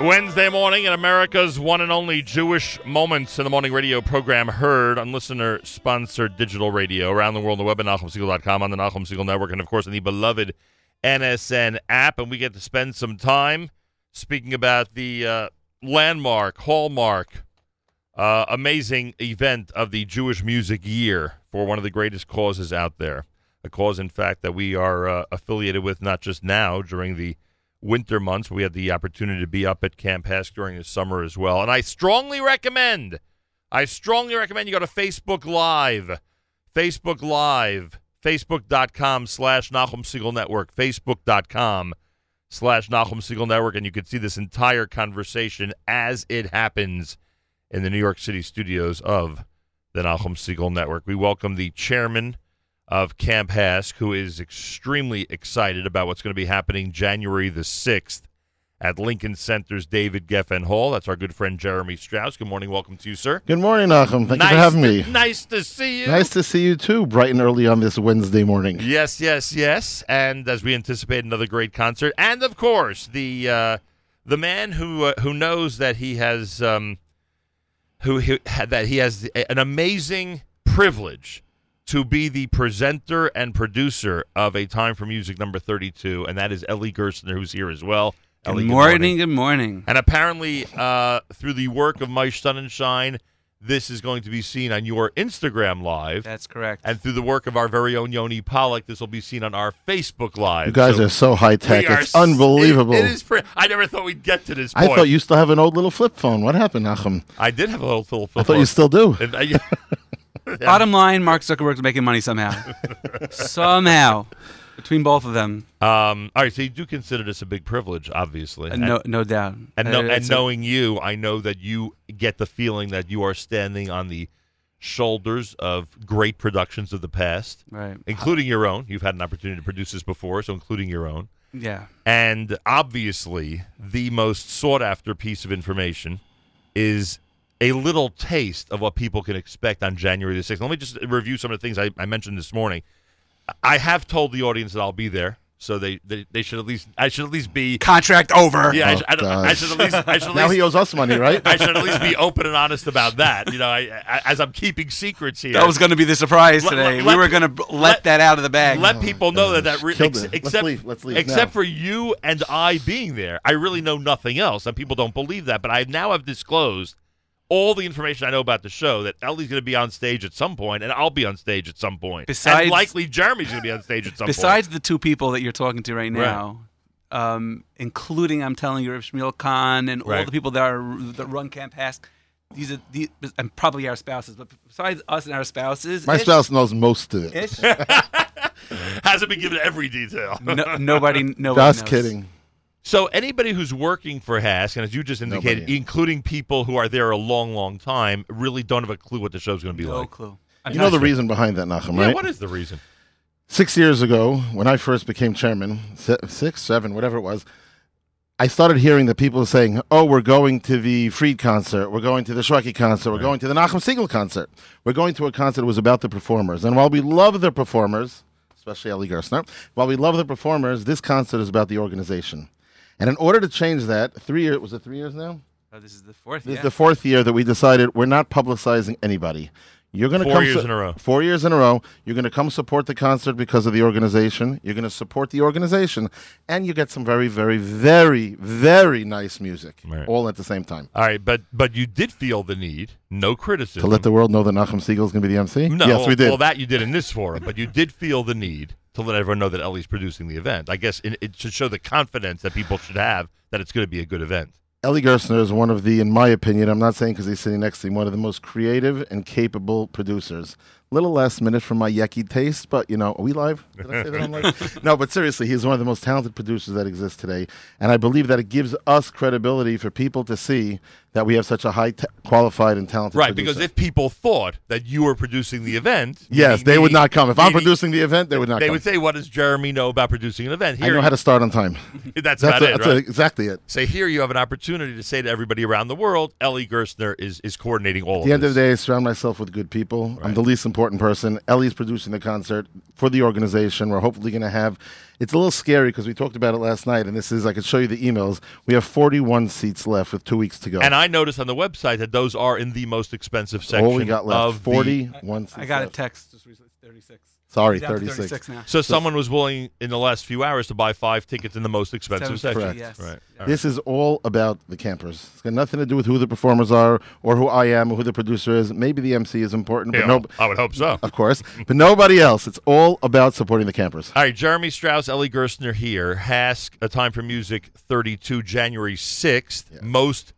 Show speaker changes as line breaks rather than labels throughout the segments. Wednesday morning in America's one and only Jewish Moments in the Morning radio program heard on listener sponsored digital radio around the world on the web at NahumSiegel.com on the Nahum Siegel Network and, of course, on the beloved NSN app. And we get to spend some time speaking about the uh, landmark, hallmark, uh, amazing event of the Jewish music year for one of the greatest causes out there. A cause, in fact, that we are uh, affiliated with not just now during the winter months. We had the opportunity to be up at Camp Hask during the summer as well. And I strongly recommend, I strongly recommend you go to Facebook Live, Facebook Live, facebook.com slash Nahum Siegel Network, facebook.com slash Nahum Siegel Network. And you can see this entire conversation as it happens in the New York City studios of the Nahum Siegel Network. We welcome the chairman of Camp Hask, who is extremely excited about what's going to be happening January the 6th at Lincoln Center's David Geffen Hall. That's our good friend Jeremy Strauss. Good morning. Welcome to you, sir.
Good morning, Nachum. Thank you for having me.
To, nice to see you.
Nice to see you too, bright and early on this Wednesday morning.
Yes, yes, yes. And as we anticipate another great concert, and of course the uh, the man who uh, who knows that he has um, who he, that he has an amazing privilege to be the presenter and producer of A Time for Music number 32, and that is Ellie Gerstner, who's here as well.
Good,
Ellie,
morning, good morning.
And apparently, uh, through the work of Mike Sunshine, this is going to be seen on your Instagram Live.
That's correct.
and through the work of our very own Yoni Pollock, this will be seen on our Facebook Live.
You guys
So
are so high tech.
we are
It's unbelievable.
It, it is pre- I never thought we'd get to this
I
point.
thought you still have an old little flip phone. What happened, Nachum?
I did have a little Phil.
I thought you still do.
Bottom line, Mark Zuckerberg's making money somehow. somehow. Between both of them.
Um, all right, so you do consider this a big privilege, obviously.
Uh, no no doubt.
And, no,
Uh,
and
it's a-
knowing you, I know that you get the feeling that you are standing on the shoulders of great productions of the past,
Right.
including your own. You've had an opportunity to produce this before, so including your own.
Yeah.
And obviously, the most sought after piece of information is a little taste of what people can expect on January the 6th. Let me just review some of the things I, I mentioned this morning. I have told the audience that I'll be there. So they, they, they should at least I should at least be
Contract over.
yeah I,
Oh,
should, I, don't- I
gosh.
should at least I should at
now
least
he owes us money, right?
I should at least be open and honest about that. You know, I, I, as I'm keeping secrets here,
That was going to be the surprise
Let-
today.
let-
we
let-
were going to b- let,
let-
that out of the bag.
let people know that that re-
Killed
ex-
it. Let's
except
leave. Let's leave
except
now.
for you and I being there, I really know nothing else, and people don't believe that. But I now have disclosed all the information I know about the show that Ellie's going to be on stage at some point, and I'll be on stage at some point, and
Besides-
likely Jeremy's going to be on stage at some
Besides the two people that you're talking to right
Right.
now, um, including I'm telling you, Rav Shmuel Khan and all
Right.
the people that are that run Camp Hask, these are these, and probably our spouses. But besides us and our spouses,
My
ish-
spouse knows most of it.
ish,
point. Hasn't been given every detail.
no, nobody, nobody.
Just
knows.
kidding.
So anybody who's working for Hask, and as you just indicated,
Nobody.
including people who are there a long, long time, really don't have a clue what the show's going to be
No
like.
clue. I'm
You know
not
the
sure.
reason behind that, Nachum,
Yeah,
right?
what is the reason?
Six years ago, when I first became chairman, se- six, seven, whatever it was, I started hearing that people were saying, "Oh, we're going to the Freed concert, we're going to the Shweki concert, we're going to the Nachum Siegel concert, we're going to a concert that was about the performers." And while we love the performers, especially Ellie Gerstner, while we love the performers, this concert is about the organization. And in order to change that, three years was it three years now?
Oh, this is the fourth.
This
yeah.
is the fourth year that we decided we're not publicizing anybody. You're going to
Four
come
years in a row.
Four years in a row. You're going to come support the concert because of the organization. You're going to support the organization, and you get some very, very, very, very nice music
Right.
all at the same time.
All right, but but you did feel the need, no
To
criticism.
let the world know that Nachum Siegel is going to be the MC.
no,
yes, we did.
Well, that you did in this forum, but you did feel the need to let everyone know that Ellie's producing the event. I guess it, it should show the confidence that people should have that it's going to be a good event.
Ellie Gerstner is one of the, in my opinion, I'm not saying because he's sitting next to me, one of the most creative and capable producers. Little last minute for my yucky taste, but you know, are we live? Did I say that I'm live? no, but seriously, he's one of the most talented producers that exists today, and I believe that it gives us credibility for people to see that we have such a high, ta qualified, and talented.
Right,
producer.
because if people thought that you were producing the event,
yes,
meaning
they would
me-
not come. If I'm
meaning-
producing the event, they would not
they
come.
would say, "What does Jeremy know about producing an event?"
I know how to start on time.
That's,
That's,
about
a-
it,
that's
right?
a- exactly it.
So here you have an opportunity to say to everybody around the world, Ellie Gerstner is is coordinating all
At the
of
end
this.
of the day, I surround myself with good people. I'm the least important person. Ellie's producing the concert for the organization. We're hopefully going to have. It's a little scary because we talked about it last night, and this is I could show you the emails. We have 41 seats left with two weeks to go.
And I noticed on the website that those are in the most expensive section
all we got left
of the-
41 seats.
I got a
left.
text just recently. 36.
Sorry,
Down to
36.
36 now.
so someone was willing in the last few hours to buy five tickets in the most expensive section.
Correct.
Yes.
Right.
Yeah.
This is all about the campers. It's got nothing to do with who the performers are or who I am or who the producer is. Maybe the MC is important,
Yeah,
but no,
I would hope so.
of course, but nobody else. It's all about supporting the campers.
All right, Jeremy Strauss, Ellie Gerstner here. Hask, A Time for Music 32, January 6th. Most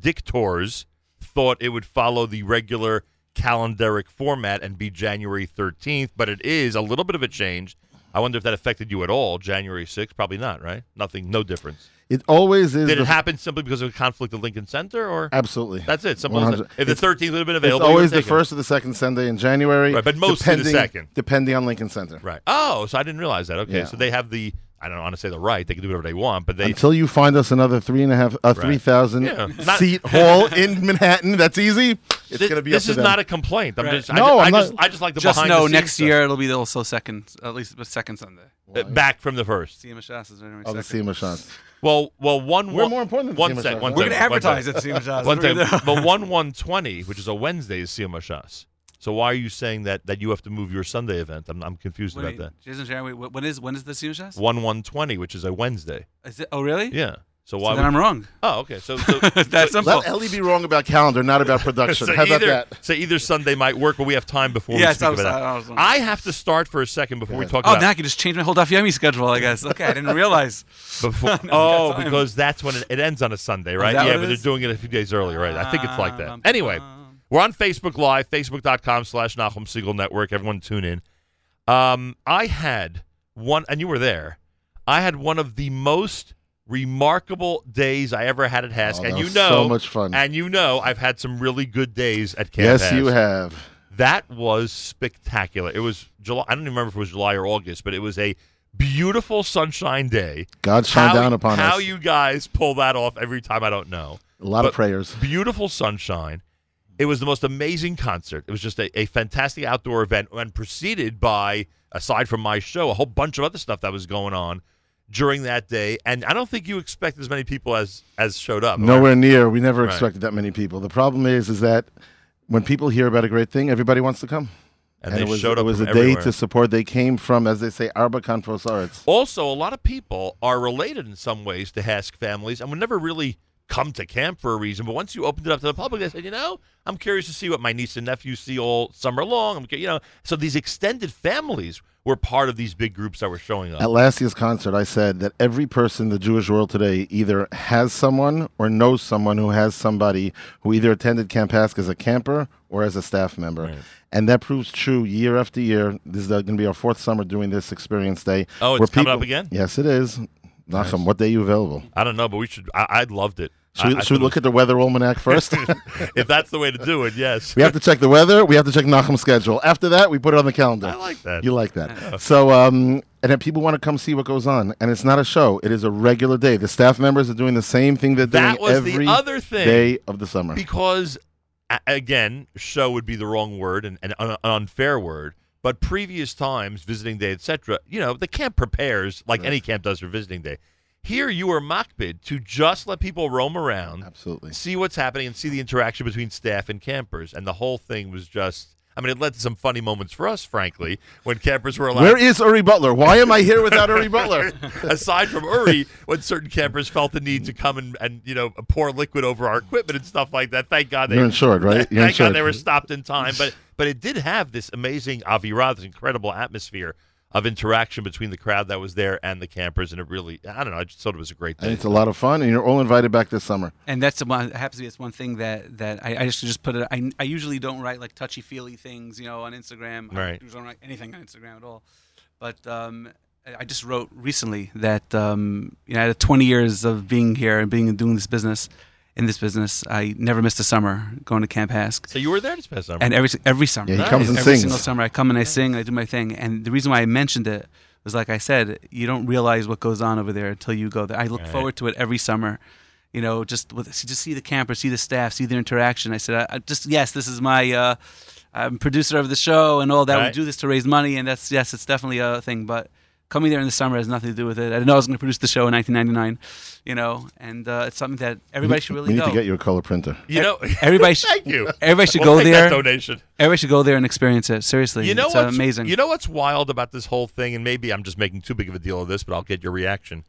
predictors thought it would follow the regular calendaric format and be January 13th, but it is a little bit of a change. I wonder if that affected you at all, January 6th. Probably not, right? Nothing, no difference.
It always is.
Did
the-
it happen simply because of a conflict at Lincoln Center, or?
Absolutely.
That's it. Simple as
100.
that. If the 13th would have been
It's
available, you
always
would
the
take it.
first or the second Sunday in January.
Right, but mostly the
depending-
second.
Depending on Lincoln Center.
Right. Oh, so I didn't realize that. Okay,
Yeah.
so they have the. I don't want to say the right. They can do whatever they want, but they
Until you find us another three and a half, uh, three thousand
Yeah. Not-
seat hall in Manhattan, that's easy.
Thi-
It's going to be.
This
up to
is
them.
not a complaint. I'm
Right.
just,
No,
I,
I'm
just, I just
not-
I just like the
Just
behind
know
the scenes
next
stuff.
year it'll be also second, at least the second Sunday.
Uh, back from the first.
CMS Shas is January
Oh, the
2nd.
SEMA shots.
Well, well, one.
We're
one-
more important than
one
CMS
sec,
shots.
one
We're
sec,
gonna
one
advertise
sec.
at CMS Shas.
One
What are we
thing,
gonna do?
but one one twenty, which is a Wednesday, is Sima Shas. So why are you saying that that you have to move your Sunday event? I'm, I'm confused
Wait,
about
Jason January. wh- When is when is the CMS Shas?
that. One one twenty, which is a Wednesday.
Is it? Oh, really?
Yeah. So
So
why?
then
would,
I'm wrong.
oh, okay. So, so
That's
so,
simple.
Let Ellie be wrong about calendar, not about production.
so
How about
either,
that?
So either Sunday might work, but we have time before
Yes, I
we
was-
speak about
I was-
that. I have to start for a second before we
Yeah.
talk
Oh,
about
now I can just change my whole Dafyami schedule. I guess. Okay, I didn't realize.
Before,
got
oh,
time.
because that's when it, it ends on a Sunday, right?
that
Yeah,
what
but
it
they're
is?
doing it a few days earlier, right? I think it's like that.
Um,
Anyway,
um.
we're on Facebook Live, facebook.com slash Nahum Siegel Network. Everyone tune in. Um, I had one, and you were there. I had one of the most remarkable days I ever had at Hask,
Oh,
and
that
you
was
know,
so much fun.
And you know, I've had some really good days at Camp
Yes,
Hask.
you have.
That was spectacular. It was July. I don't even remember if it was July or August, but it was a beautiful sunshine day
God shine
how,
down upon
how
us.
you guys pull that off every time, I don't know.
a lot
but-
of prayers.
Beautiful sunshine. It was the most amazing concert. It was just a, a fantastic outdoor event and preceded by, aside from my show, a whole bunch of other stuff that was going on during that day. And I don't think you expect as many people as as showed up.
Nowhere near. We never
Right.
expected that many people. The problem is, is that when people hear about a great thing, everybody wants to come.
And they
it was,
showed up
It was
from
a day
everywhere.
to support. They came from, as they say, Arba Confosaritz.
Also, a lot of people are related in some ways to Hask families and would never really come to camp for a reason. But once you opened it up to the public, they said, you know, I'm curious to see what my niece and nephews see all summer long. I'm, cu- you know, so these extended families were part of these big groups that were showing up.
At last year's concert, I said that every person in the Jewish world today either has someone or knows someone who has somebody who either attended Camp Hask as a camper or as a staff member. And that proves true year after year. This is going to be our fourth summer doing this experience day.
Oh, it's
where
coming up again?
Yes, it is. Nachum, what day are you available?
I don't know, but we should. I, I loved it.
Should we,
I- I
should we
thought
look at the weather almanac first?
it was- if that's the way to do it? Yes.
we have to check the weather. We have to check Nachum's schedule. After that, we put it on the calendar.
I like that.
You like that. So, um, and then people want to come see what goes on. And it's not a show, it is a regular day. The staff members are doing the same thing they're
That
doing
was the
every
other thing.
day of the summer.
because a- again show would be the wrong word and, and an unfair word but previous times visiting day etc you know the camp prepares like any camp does for visiting day here you are mockbid to just let people roam around
Absolutely.
see what's happening and see the interaction between staff and campers and the whole thing was just I mean, it led to some funny moments for us, frankly, when campers were allowed.
Where is Uri Butler? Why am I here without Uri Butler?
aside from Uri, when certain campers felt the need to come and, and you know pour liquid over our equipment and stuff like that. Thank God they
You're insured, right? You're
thank God
insured.
they were stopped in time. But but it did have this amazing avirah, this incredible atmosphere of interaction between the crowd that was there and the campers, and it really I don't know. I just thought it was a great
and
thing.
it's a lot of fun, and you're all invited back this summer.
And that's one, it happens to be it's one thing that that I, I just just put it. I, I usually don't write like touchy feely things, you know, on Instagram. I
Right.
don't write anything on Instagram at all. But um, I I just wrote recently that um, you know, out of 20 years of being here and being doing this business, in this business, I never missed a summer going to Camp Hask.
So you were there this past summer.
And every every summer,
Yeah, he
Nice.
comes and
every
sings.
single summer, I come and I sing, I do my thing. And the reason why I mentioned it was, like I said, you don't realize what goes on over there until you go there. I look forward to it every summer. You know, just with, just see the campers, see the staff, see their interaction. I said, I, I just yes, this is my. Uh, I'm producer of the show and all that.
Right.
We do this to raise money, and that's yes, it's definitely a thing. But coming there in the summer has nothing to do with it. I didn't know I was going to produce the show in 1999, you know, and uh, it's something that everybody should really
we need
go.
to get you a color printer.
You know,
Everybody should,
thank you.
Everybody should
We'll
go
take
there.
That donation.
Everybody should go there and experience it. Seriously,
You know
it's uh,
what's
amazing.
You know what's wild about this whole thing, and maybe I'm just making too big of a deal of this, but I'll get your reaction.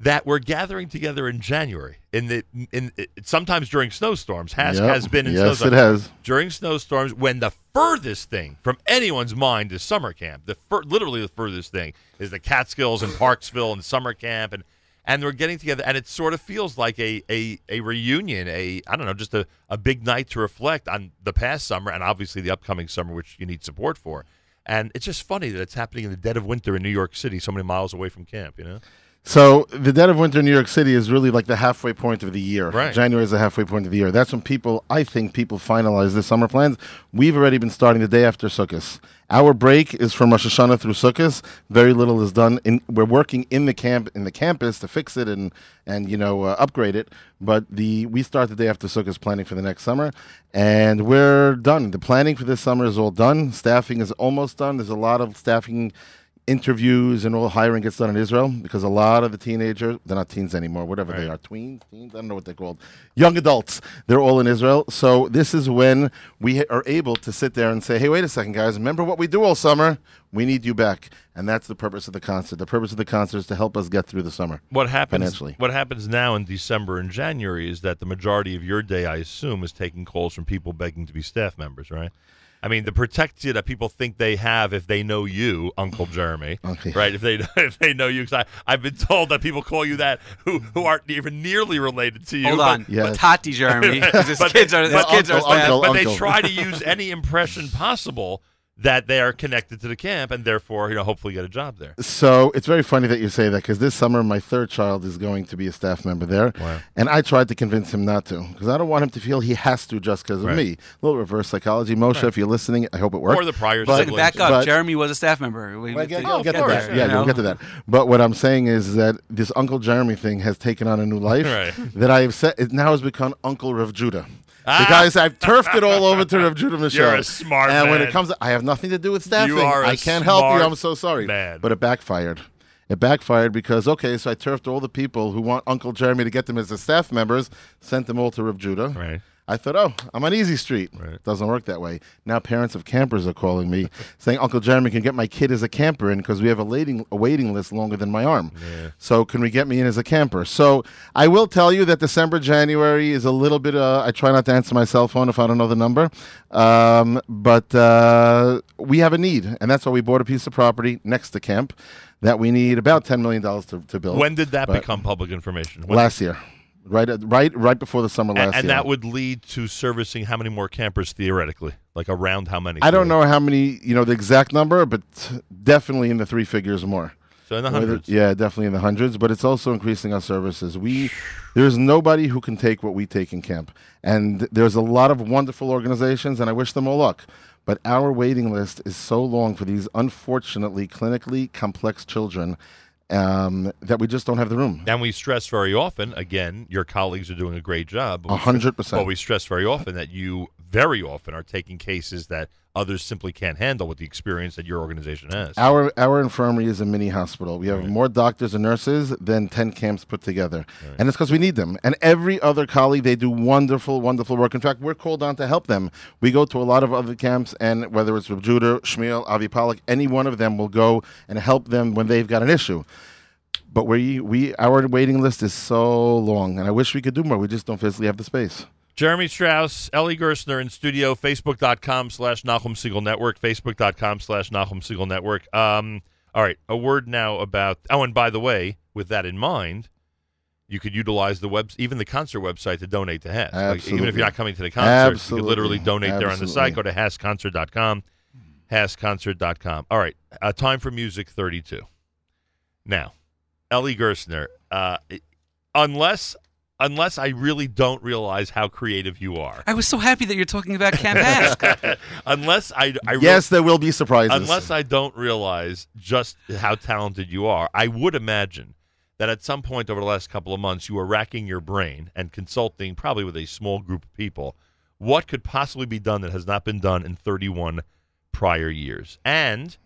That we're gathering together in January, in the in it- sometimes during snowstorms, has
Yep.
has been in
yes,
snowstorms
it has.
during snowstorms when the furthest thing from anyone's mind is summer camp. The fur, literally the furthest thing is the Catskills and Parksville and summer camp and and they're getting together and it sort of feels like a a, a reunion, a I don't know, just a, a big night to reflect on the past summer and obviously the upcoming summer which you need support for. And it's just funny that it's happening in the dead of winter in New York City, so many miles away from camp, you know?
So the dead of winter in New York City is really like the halfway point of the year.
Right.
January is the halfway point of the year. That's when people, I think, people finalize their summer plans. We've already been starting the day after Sukkot. Our break is from Rosh Hashanah through Sukkot. Very little is done. In, we're working in the camp, in the campus, to fix it and and you know uh, upgrade it. But the we start the day after Sukkot planning for the next summer, and we're done. The planning for this summer is all done. Staffing is almost done. There's a lot of staffing interviews and all hiring gets done in Israel because a lot of the teenagers, they're not teens anymore, whatever they are, tweens, teens, I don't know what they're called, young adults, they're all in Israel. So this is when we ha- are able to sit there and say, hey, wait a second, guys, remember what we do all summer? We need you back. And that's the purpose of the concert. The purpose of the concert is to help us get through the summer.
What happens?
Financially.
What happens now in December and January is that the majority of your day, I assume, is taking calls from people begging to be staff members, right? I mean, the protection that people think they have if they know you, Uncle Jeremy,
Okay.
right? If they if they know you, because I've been told that people call you that who who aren't even nearly related to you.
Hold
but-
on,
Yes.
Patati Jeremy. 'cause his
But-
kids are his
but
kids are
Uncle,
staff.
Uncle.
but they try to use any impression possible that they are connected to the camp and therefore, you know, hopefully get a job there.
So it's very funny that you say that because this summer my third child is going to be a staff member there,
Wow.
and I tried to convince him not to because I don't want him to feel he has to just because of
Right.
me. A little reverse psychology, Moshe. If you're listening, I hope it works.
Or the prior
But-
siblings.
Back up.
But-
Jeremy was a staff member. We
Well, I get,
we-
we'll
of
get to
course,
that.
yeah.
Yeah,
you know?
we'll get to that. But what I'm saying is that this Uncle Jeremy thing has taken on a new life
Right.
that I have said it now has become Uncle Rav Judah.
Ah.
Because I've turfed it all over to Rav Judah Michelle.
a smart
And when
man.
it comes, I have nothing to do with staffing.
are a
I can't help
smart
you. I'm so sorry.
man.
But it backfired. It backfired because okay, so I turfed all the people who want Uncle Jeremy to get them as the staff members, sent them all to Rav Judah.
Right.
I thought, oh, I'm on Easy Street. Doesn't work that way. Now parents of campers are calling me saying Uncle Jeremy can get my kid as a camper in because we have a waiting a waiting list longer than my arm. So can we get me in as a camper? So I will tell you that December January is a little bit. Uh, I try not to answer my cell phone if I don't know the number, um, but uh, we have a need, and that's why we bought a piece of property next to camp that we need about ten million dollars to, to build.
When did that
But-
become public information? When-
last year, right, at- right, right before the summer last
and, and
year.
that would lead to servicing how many more campers theoretically like around how many
I don't
theoretically?
know how many, you know, the exact number, but definitely in the three figures more.
so in the
Whether-
hundreds
yeah, definitely in the hundreds. But it's also increasing our services. We there's nobody who can take what we take in camp, and there's a lot of wonderful organizations, and I wish them all luck. But our waiting list is so long for these unfortunately clinically complex children um, that we just don't have the room.
and we stress very often again your colleagues are doing a great job but
A
we stress-
hundred percent.
but we stress very often that you very often are taking cases that others simply can't handle with the experience that your organization has
Our our infirmary is a mini hospital. We have more doctors and nurses than ten camps put together, and it's because we need them. And every other colleague, they do wonderful, wonderful work. In fact, we're called on to help them. We go to a lot of other camps, and whether it's with Judah, Shmuel, Avi Pollock, any one of them will go and help them when they've got an issue. But we we our waiting list is so long, and I wish we could do more. We just don't physically have the space.
Jeremy Strauss, Ellie Gerstner in studio, facebook.com slash Nahum Siegel Network, facebook.com slash Nahum Siegel Network. Um, all right, a word now about, oh, and by the way, with that in mind, you could utilize the web, even the concert website to donate to Hess. even if
Absolutely.
you're not coming to the concert, you
Absolutely.
could literally donate there on the site. Go
Absolutely.
to HessConcert.com, HessConcert.com. All right, uh, time for music 32. Now, Ellie Gerstner, uh, unless unless I really don't realize how creative you are.
I was so happy that you're talking about Camp Ask.
unless I, I re-
yes, there will be surprises.
unless I don't realize just how talented you are, I would imagine that at some point over the last couple of months you were racking your brain and consulting probably with a small group of people what could possibly be done that has not been done in 31 prior years. And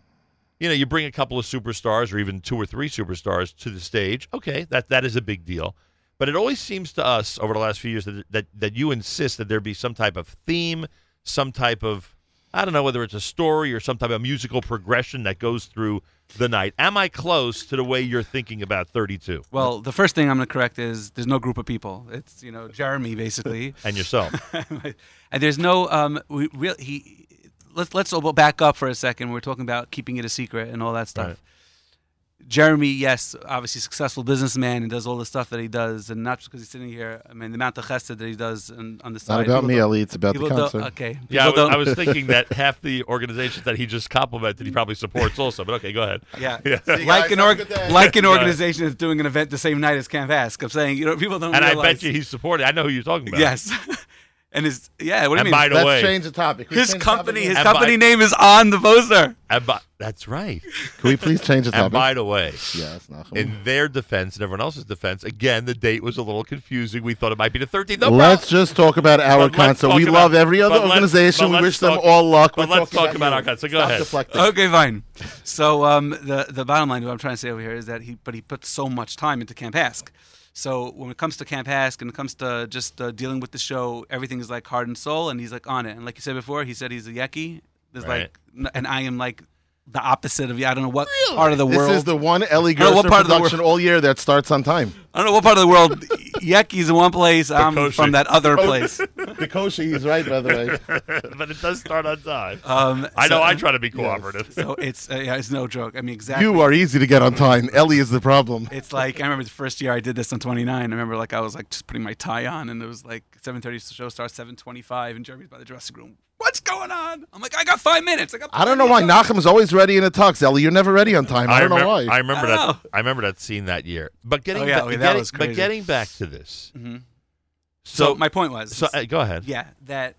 you know, you bring a couple of superstars or even two or three superstars to the stage. Okay, that that is a big deal. But it always seems to us over the last few years that that, that you insist that there be some type of theme, some type of I don't know whether it's a story or some type of musical progression that goes through the night. Am I close to the way you're thinking about 32
Well, the first thing I'm going to correct is there's no group of people. It's you know Jeremy basically,
and yourself?
and there's no um. We real he. Let's let's all back up for a second. We're talking about keeping it a secret and all that stuff.
Right.
Jeremy, yes, obviously successful businessman and does all the stuff that he does, and not just because he's sitting here. I mean, the amount of chesed that he does and on the
Not
side.
about
people
me,
don't-
Ali. It's about the
people don't- uh,
concert.
Okay.
Yeah, I
people
was,
don't-
I was thinking that half the organizations that he just complimented, he probably supports also. But okay, go ahead.
Yeah.
Yeah.
Like an, org- like an
Right.
organization that's doing an event the same night as Camp Ask. I'm saying, you know, people don't
And I
realize.
bet you he's supported. I know who you're talking about.
Yes. and his, yeah, what do you
And
mean?
by the
Let's
way,
change the topic. Can we
his
change the
company,
topic?
his
And
company
by-
name is on the poster.
and by- that's right.
Can we please change the
And by
topic?
the way,
Yes, Nachum.
in their defense and everyone else's defense, again, the date was a little confusing. We thought it might be the 13th. No
Let's
problem.
just talk about our
But let's
concert.
talk
We
about-
love every other
but let's-
organization.
but
We
let's
wish them
talk-
all luck. We're
but let's
talking
talk about
you.
our concert. Go
Stop
ahead.
deflecting.
Okay, fine. So um, the the bottom line, what I'm trying to say over here is that he, but he put so much time into Camp Ask. So when it comes to Camp Ask and it comes to just uh, dealing with the show, everything is like heart and soul, and he's like on it. And like you said before, he said he's a yaki. There's
Right.
like, and I am like the opposite of I don't know what part of the
This
world.
is the one Ellie
don't know
Gerson
what part of the world-
production all year that starts on time.
I don't know what part of the world. Yaki's in one place. I'm
Koshi.
from that other place.
The Koshi is right, by the way.
but it does start on time.
Uh,
Um,
I know
so-
I try to be cooperative.
So it's uh, yeah, it's no joke. I mean, exactly.
You are easy to get on time. Ellie is the problem.
It's like I remember the first year I did this on 29. I remember like I was like just putting my tie on, and it was like 7:30. The show starts 7:25, and Jeremy's by the dressing room. What's going on? I'm like, I got five minutes. I got.
I don't know why
not.
Nachum is always ready in a tux. Ellie, you're never ready on time. I don't
remember,
know why.
I remember
I
that.
don't know.
I remember that scene that year. But getting,
Oh, yeah,
ba-
okay, that
getting-
was
but
crazy.
getting back to this.
Mhm.
So,
So my point was,
so uh, go ahead.
yeah, that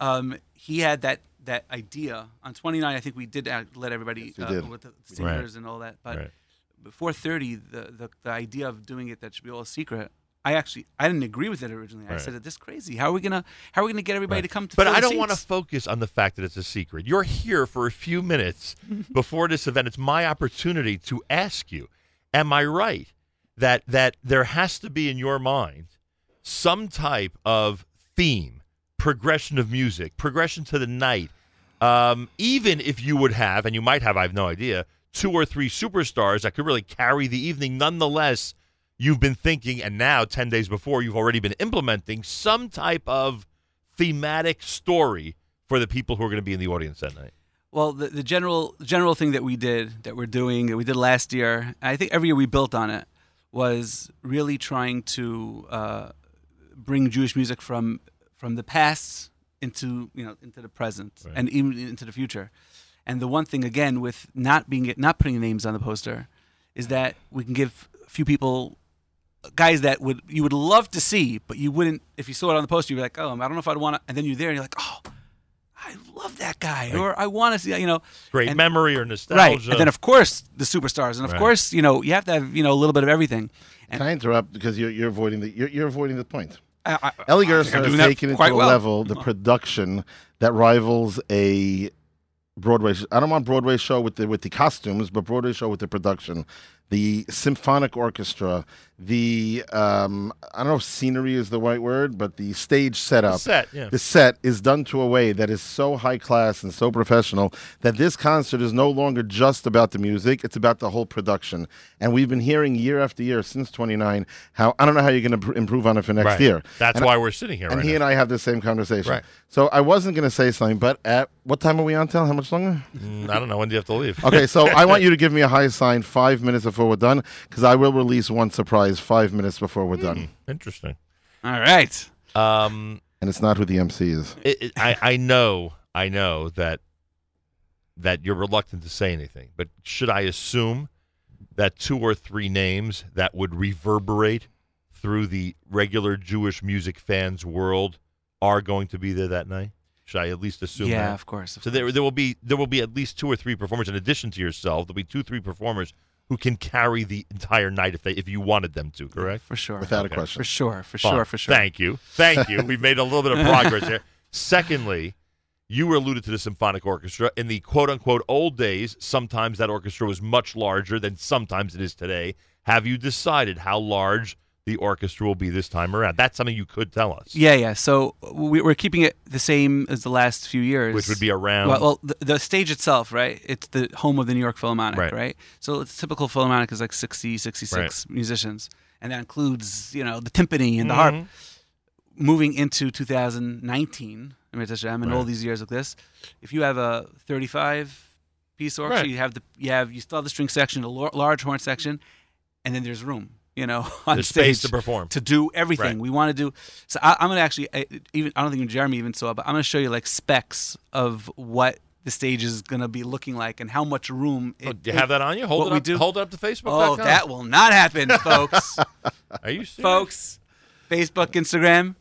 um, he had that that idea on 29. I think we did uh, let everybody
Yes, we
uh,
did.
with the
did.
singers and all that, but
Right.
before 30 the, the the idea of doing it that should be all secret i actually i didn't agree with it originally i
Right.
said this is crazy how are we gonna how are we gonna get everybody
Right.
to come to
But
fill
I
the
don't want to
seats?
focus on the fact that it's a secret. You're here for a few minutes before this event. It's my opportunity to ask you, am I right that that there has to be in your mind some type of theme, progression of music, progression to the night. Um, even if you would have, and you might have, I have no idea, two or three superstars that could really carry the evening. Nonetheless, you've been thinking, and now 10 days before, you've already been implementing some type of thematic story for the people who are going to be in the audience that night.
well the, the general general thing that we did that we're doing that we did last year and i think every year we built on it was really trying to uh, bring jewish music from from the past into you know into the present
Right.
and even into the future and the one thing again with not being not putting names on the poster is that we can give a few people guys that would you would love to see, but you wouldn't if you saw it on the poster. You'd be like, oh, I don't know if I'd want to. And then you're there, and you're like, oh, I love that guy, or I want to see, that," you know,
Great
And-
memory or
right.
nostalgia.
And then of course the superstars, and of
Right.
course you know you have to have you know a little bit of everything. And
Can I interrupt because you're, you're avoiding the you're, you're avoiding the point.
I, I,
Ellie
I think I'm
Gerson has
doing that
taken it to
quite
a
well.
level the production that rivals a Broadway. Sh- I don't want Broadway show with the with the costumes, but Broadway show with the production, the symphonic orchestra, the um, I don't know if scenery is the right word, but the stage setup.
set, yeah.
The set is done to a way that is so high class and so professional that this concert is no longer just about the music, it's about the whole production. And we've been hearing year after year since 29 how I don't know how you're going to pr- improve on it for next
Right.
year.
That's
And
why we're sitting here
and
right
he
now.
and I have the same conversation.
Right.
So I wasn't going to say something, but at what time are we on till? How much longer?
Mm, I don't know. When do you have to leave?
Okay, so I want you to give me a high sign five minutes before we're done because I will release one surprise five minutes before we're done.
Hmm, Interesting.
All right.
Um,
And it's not who the MC is.
it, it- I, I know, I know that that you're reluctant to say anything, but should I assume that two or three names that would reverberate through the regular Jewish music fans world are going to be there that night? Should I at least assume
yeah,
that?
of course. of
So there, there will be there will be at least two or three performers in addition to yourself. There'll be two, three performers who can carry the entire night if they if you wanted them to. Correct.
for sure.
Without
Okay.
a question.
for sure. For
Fine.
sure. For sure.
Thank you. Thank you. We've made a little bit of progress here. Secondly, you were alluded to the symphonic orchestra. In the quote unquote old days, sometimes that orchestra was much larger than sometimes it is today. Have you decided how large the orchestra will be this time around? That's something you could tell us,
Yeah, yeah. So we, we're keeping it the same as the last few years,
which would be around.
well, well the, the stage itself, right? It's the home of the New York Philharmonic,
Right.
right? So it's typical Philharmonic is like 60, 66 musicians, and that includes you know the timpani and the harp.
Mhm.
Moving into 2019, I mean, it's- I mean, all
Right.
these years like this, if you have a 35 piece orchestra,
Right.
you have the you have you still have the string section, the lar- large horn section, and then there's room, you know, on
There's
stage
space to perform.
to do
Right.
everything. We want to do. So I, I'm gonna actually I, even I don't think Jeremy even saw, it, but I'm gonna show you like specs of what the stage is gonna be looking like and how much room. It,
Oh, do you have that on you? Hold
what
it
we
up.
do-
Hold it up to Facebook.
Oh, that will not happen, folks.
Are you serious?
folks, Facebook, Instagram.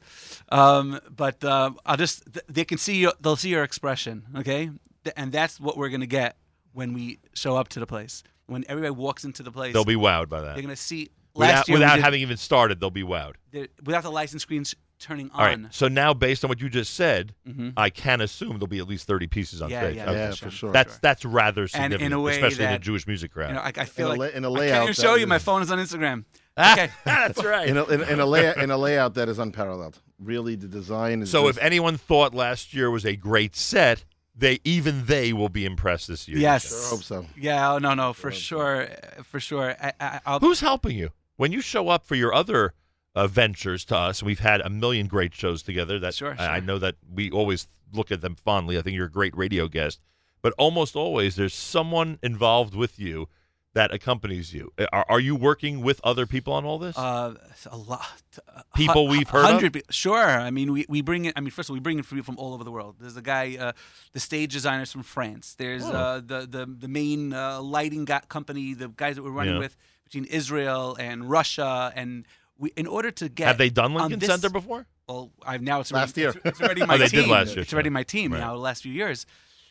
Um, but um, I'll just th- they can see your they'll see your expression, okay? Th- and that's what we're gonna get when we show up to the place. When everybody walks into the place,
They'll be wowed by that.
they're gonna see.
without
Last year we
without
did-
having even started, they'll be wowed.
the- without the license screens turning
All right.
on.
So now, based on what you just said,
Mhm.
I can assume there'll be at least thirty pieces on
Yeah,
stage.
yeah,
Okay.
Yeah, for sure.
That's that's rather
And in a
significant,
way
especially in the
that-
Jewish music crowd.
You know, I, I feel
In a
like
la- in a
I
layout
can't even show
that
you.
is-
My phone is on Instagram.
Ah,
Okay.
that's right.
in a, in, in a lay, in a layout that is unparalleled. Really, the design is.
so if
just-
anyone thought last year was a great set, they even they will be impressed this year.
Yes.
I hope so.
Yeah. Oh, no. No. For sure. uh, For sure. I, I, I'll,
Who's helping you when you show up for your other uh, ventures to us? We've had a million great shows together. That
Sure,
I- I
sure.
know that we always look at them fondly. I think you're a great radio guest, but almost always there's someone involved with you that accompanies you. Are, are you working with other people on all this?
uh, a lot. a hu-
People we've heard of?
Hundred. pe- Sure. I mean, we, we bring it. I mean, first of all, we bring it for you from all over the world. There's a guy, uh, the stage designers from France. There's
Oh.
uh, the the the main uh, lighting go- company, the guys that we're running
Yeah.
with between Israel and Russia, and we in order to get
Have they done
on
Lincoln
um, this-
Center before?
well, I've now it's
Last
already,
year.
It's, it's already my
Oh, they did
team.
last year,
It's already
sure.
my team
Right.
now. The last few years,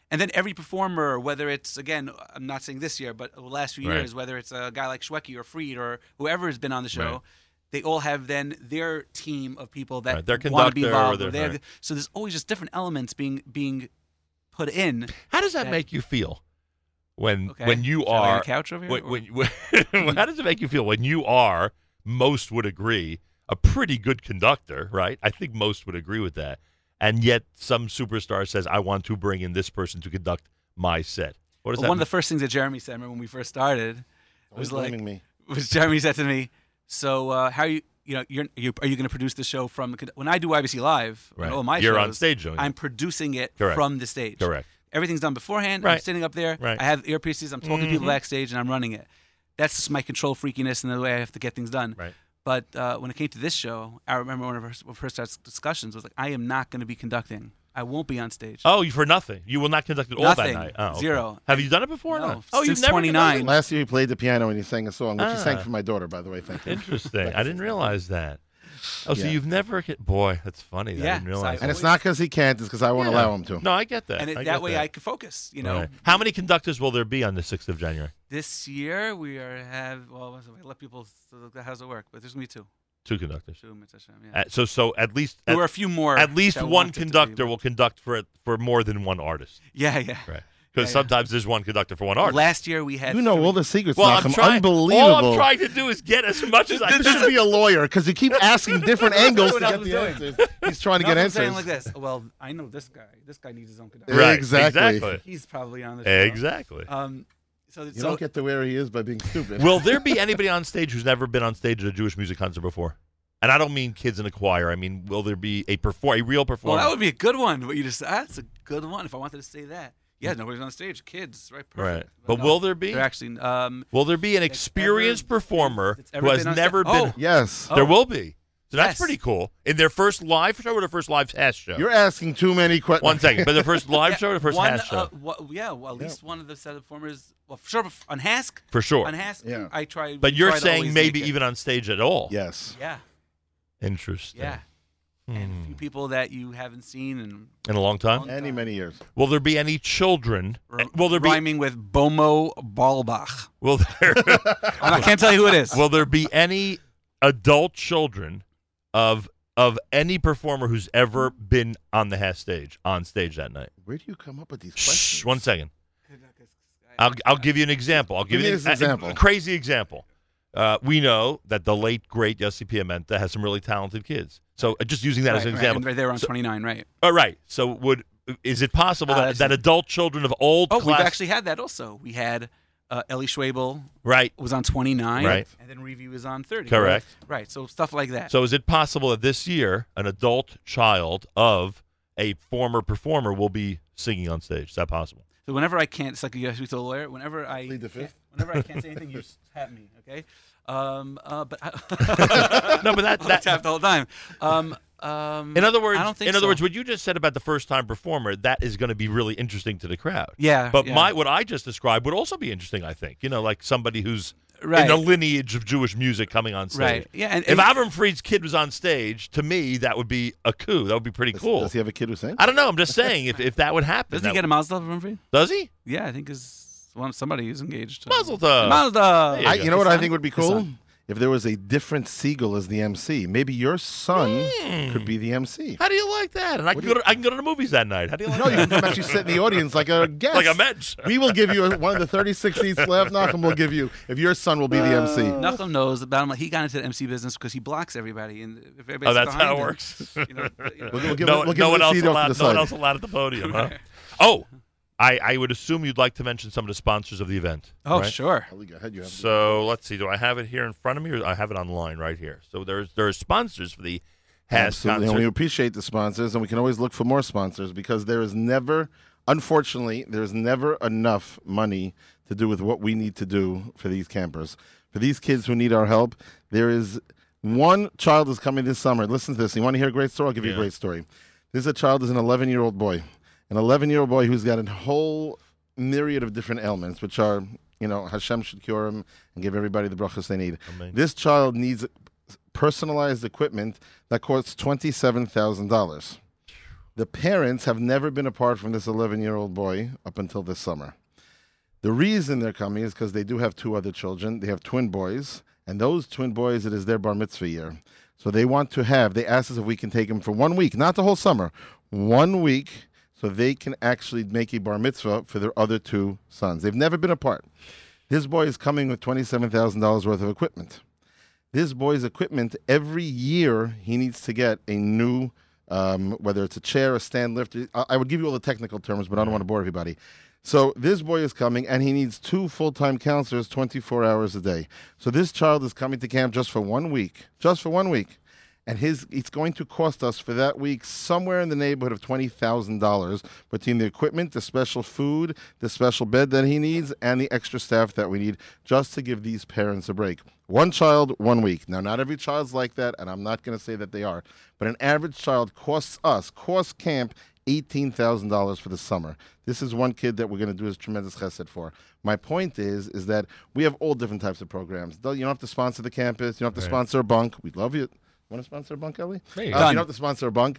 and then every performer, whether it's again, I'm not saying this year, but the last few
Right.
years, whether it's a guy like Schwecki or Freed or whoever has been on the show,
Right.
they all have then their team of people that
Right, their
want to be
conductor or
involved.
their-
they have-
right.
So there's always just different elements being being put in.
How does that
That-
make you feel when
Okay,
when you
Shall I lay on
are
the couch over
when,
here. or-
when, when- how does it make you feel when you are most would agree a pretty good conductor right i think most would agree with that and yet some superstar says i want to bring in this person to conduct my set what does
Well,
that
one of
mean?
the first things that Jeremy said I remember when we first started
Always
was like
blaming me.
was Jeremy said to me, "So uh, how are you? You know, you're, you are you going to produce the show from? When I do IBC Live, on
Right.
all my
you're
shows,
on stage doing
I'm producing it
Correct.
from the stage.
it. correct
Everything's done beforehand. I'm
Right.
standing up there.
Right.
I have earpieces. I'm talking to
Mhm.
people backstage, and I'm running it. That's just my control freakiness and the way I have to get things done.
Right.
But uh, when it came to this show, I remember one of our s- our first discussions was like, I am not going to be conducting. I won't be on stage.
oh you for nothing you will not conduct it all
Nothing.
that night oh, okay.
Zero.
have you done it before or
No,
not? oh you've
since
never
29.
conducted
Last year, he played the piano and he sang a song, which he sang
Ah.
for my daughter, by the way. Thank
it?
you.
interesting i didn't realize that oh so
Yeah.
you've never con- boy that's funny
Yeah,
i didn't
so
realize
I-
And
that.
it's not because he can't; it's because I won't
Yeah.
allow him to.
no i get that
and it,
I
that
get
way
that.
I could focus. You know,
Right. How many conductors will there be on the 6th of January?
this year we are have well, what's it- let people. How does it work? But there's gonna be two.
Two conductors.
Two, Mitzvah Shem, yeah.
Uh, so so at least
there
at,
were a few more.
at least
that
one
wanted to be
conductor
one.
will conduct for for more than one artist.
Yeah, yeah.
Right. Because
Yeah, yeah.
sometimes there's one conductor for one artist.
Last year we had.
You know
three.
all the secrets,
well, I'm
Nachum.
trying.
Unbelievable.
All I'm trying to do is get as much as I
You
can.
should be a lawyer because you keep asking different angles to
what I
get
was
the
doing.
answers. He's trying to
No,
get
I'm
answers.
saying like this. Well, I know this guy. This guy needs his own conductor.
Right.
Exactly.
Exactly.
He's probably on the show.
Exactly.
Um, so
You
so
don't get to where he is by being stupid.
Will there be anybody on stage who's never been on stage at a Jewish music concert before? And I don't mean kids in a choir. I mean, will there be a perform a real
well,
performer?
that would be a good one. What you just that's a good one. If I wanted to say that, yeah, nobody's on stage. Kids, right? Perfect.
right. But
no,
will there be
they're actually? Um,
will there be an
ever-
experienced performer
that's
who
ever
has
been on sta-
never been
Oh.
yes.
There
Oh.
will be. So that's
Yes.
pretty cool. In their first live show or their first live hash show?
You're asking too many questions.
One second. But the first live
yeah,
show or the first
one,
hash show?
uh, wha- yeah, well, at least one of the set of performers. Well, for sure, but on Hask,
For sure.
on Hask,
Yeah.
I try.
But
we
you're
try to
saying
always
maybe
make it.
even on stage at all.
Yes.
Yeah,
Interesting.
yeah. and a
Hmm.
few people that you haven't seen and
In a long time?
Long-
Any many years.
Will there be any children?
r-
Will there Eh, be
rhyming with Bomo Balbach.
will there
I can't tell you who it is.
will there be any adult children of of any performer who's ever been on the Hess stage, on stage that night.
Where do you come up with these questions?
Shh, one second. I'll, I'll give you an example. I'll give,
Give
you
me
an e-,
this example.
A, a crazy example. Uh, we know that the late, great Yossi Piamenta has some really talented kids. So uh, just using that
right,
as an
right,
example.
and They were on 29, right?
All right. So would is it possible
Ah,
that,
that's-
that adult children of old
Oh,
class,
we've actually had that also. We had uh, Ellie Schwabel
right?
was on 29,
Right.
and then Review was on 30.
Correct.
Right, so stuff like that.
So is it possible that this year an adult child of a former performer will be singing on stage? Is that possible?
So whenever I can't, it's like you guys told the lawyer. Whenever I
Plead the fifth.
whenever I can't say anything, you just tap me, okay? Um, uh, but I,
No, but that,
I
that
tapped the whole time. Um, um,
in other words,
I don't think
in other
so.
words, what you just said about the first time performer that is going to be really interesting to the crowd.
yeah,
But
yeah.
my what I just described would also be interesting, I think. You know, like somebody who's in
right,
a lineage of Jewish music coming on stage.
right, yeah, and,
If
and-
Avram Fried's kid was on stage, to me, that would be a coup. That would be pretty
Does-
cool.
Does he have a kid who sings?
I don't know. I'm just saying if, if that would happen.
doesn't he
that-
get a Mazda from Humphrey?
does he?
Yeah, I think is one somebody who's engaged.
Mazel tov.
Mazda.
There
I,
you go.
you know what
His
I
son?
think would be
His
cool?
son.
If there was a different Siegel as the MC, maybe your son could be the MC.
How do you like that? And I can,
do
go to, I can go to the movies that night. How do you like
No, you
that?
can come actually sit in the audience like a guest.
like a mensch.
We will give you a, one of the 36 seats left. Nachum will give you if your son will be the MC.
Nachum knows about him. He got into the MC business because he blocks everybody, and if everybody's
Oh, that's
behind
how it
him,
works.
You know, you know,
We'll, we'll give,
no
it- we'll give
no
it
one
a
else
seat off
allowed.
to the
No one
side.
else allowed at the podium. Huh? Oh, I, I would assume you'd like to mention some of the sponsors of the event.
oh,
right?
sure.
I'll go ahead, you have it.
So let's see. Do I have it here in front of me, or I have it online right here? So there's there's sponsors for the Hess
Absolutely.
concert.
And we appreciate the sponsors, and we can always look for more sponsors because there is never, unfortunately, there's never enough money to do with what we need to do for these campers. For these kids who need our help, there is one child is coming this summer. Listen to this. You want to hear a great story? I'll give you
Yeah.
a great story. This is a child is an 11 year old boy, an 11 year old boy who's got a whole myriad of different ailments, which are, you know, Hashem should cure him and give everybody the brachas they need.
Amen.
This child needs personalized equipment that costs $27,000. The parents have never been apart from this 11 year old boy up until this summer. The reason they're coming is because they do have two other children. They have twin boys, and those twin boys, it is their bar mitzvah year. So they want to have, they asked us if we can take them for one week, not the whole summer, one week, so they can actually make a bar mitzvah for their other two sons. They've never been apart. This boy is coming with $27,000 worth of equipment this boy's equipment every year he needs to get a new um, whether it's a chair a stand lift I, I would give you all the technical terms but i don't want to bore everybody so this boy is coming and he needs two full-time counselors 24 hours a day so this child is coming to camp just for one week just for one week and his it's going to cost us for that week somewhere in the neighborhood of twenty thousand dollars between the equipment, the special food, the special bed that he needs, and the extra staff that we need just to give these parents a break. One child, one week. Now, not every child's like that, and I'm not going to say that they are, but an average child costs us, costs camp. $18,000 for the summer. This is one kid that we're going to do his tremendous chesed for. My point is is that we have all different types of programs. You don't have to sponsor the campus, you don't have to sponsor a bunk. We'd love you. Want to sponsor a bunk, Ellie?
There you
Uh,
go.
you don't have to sponsor a bunk.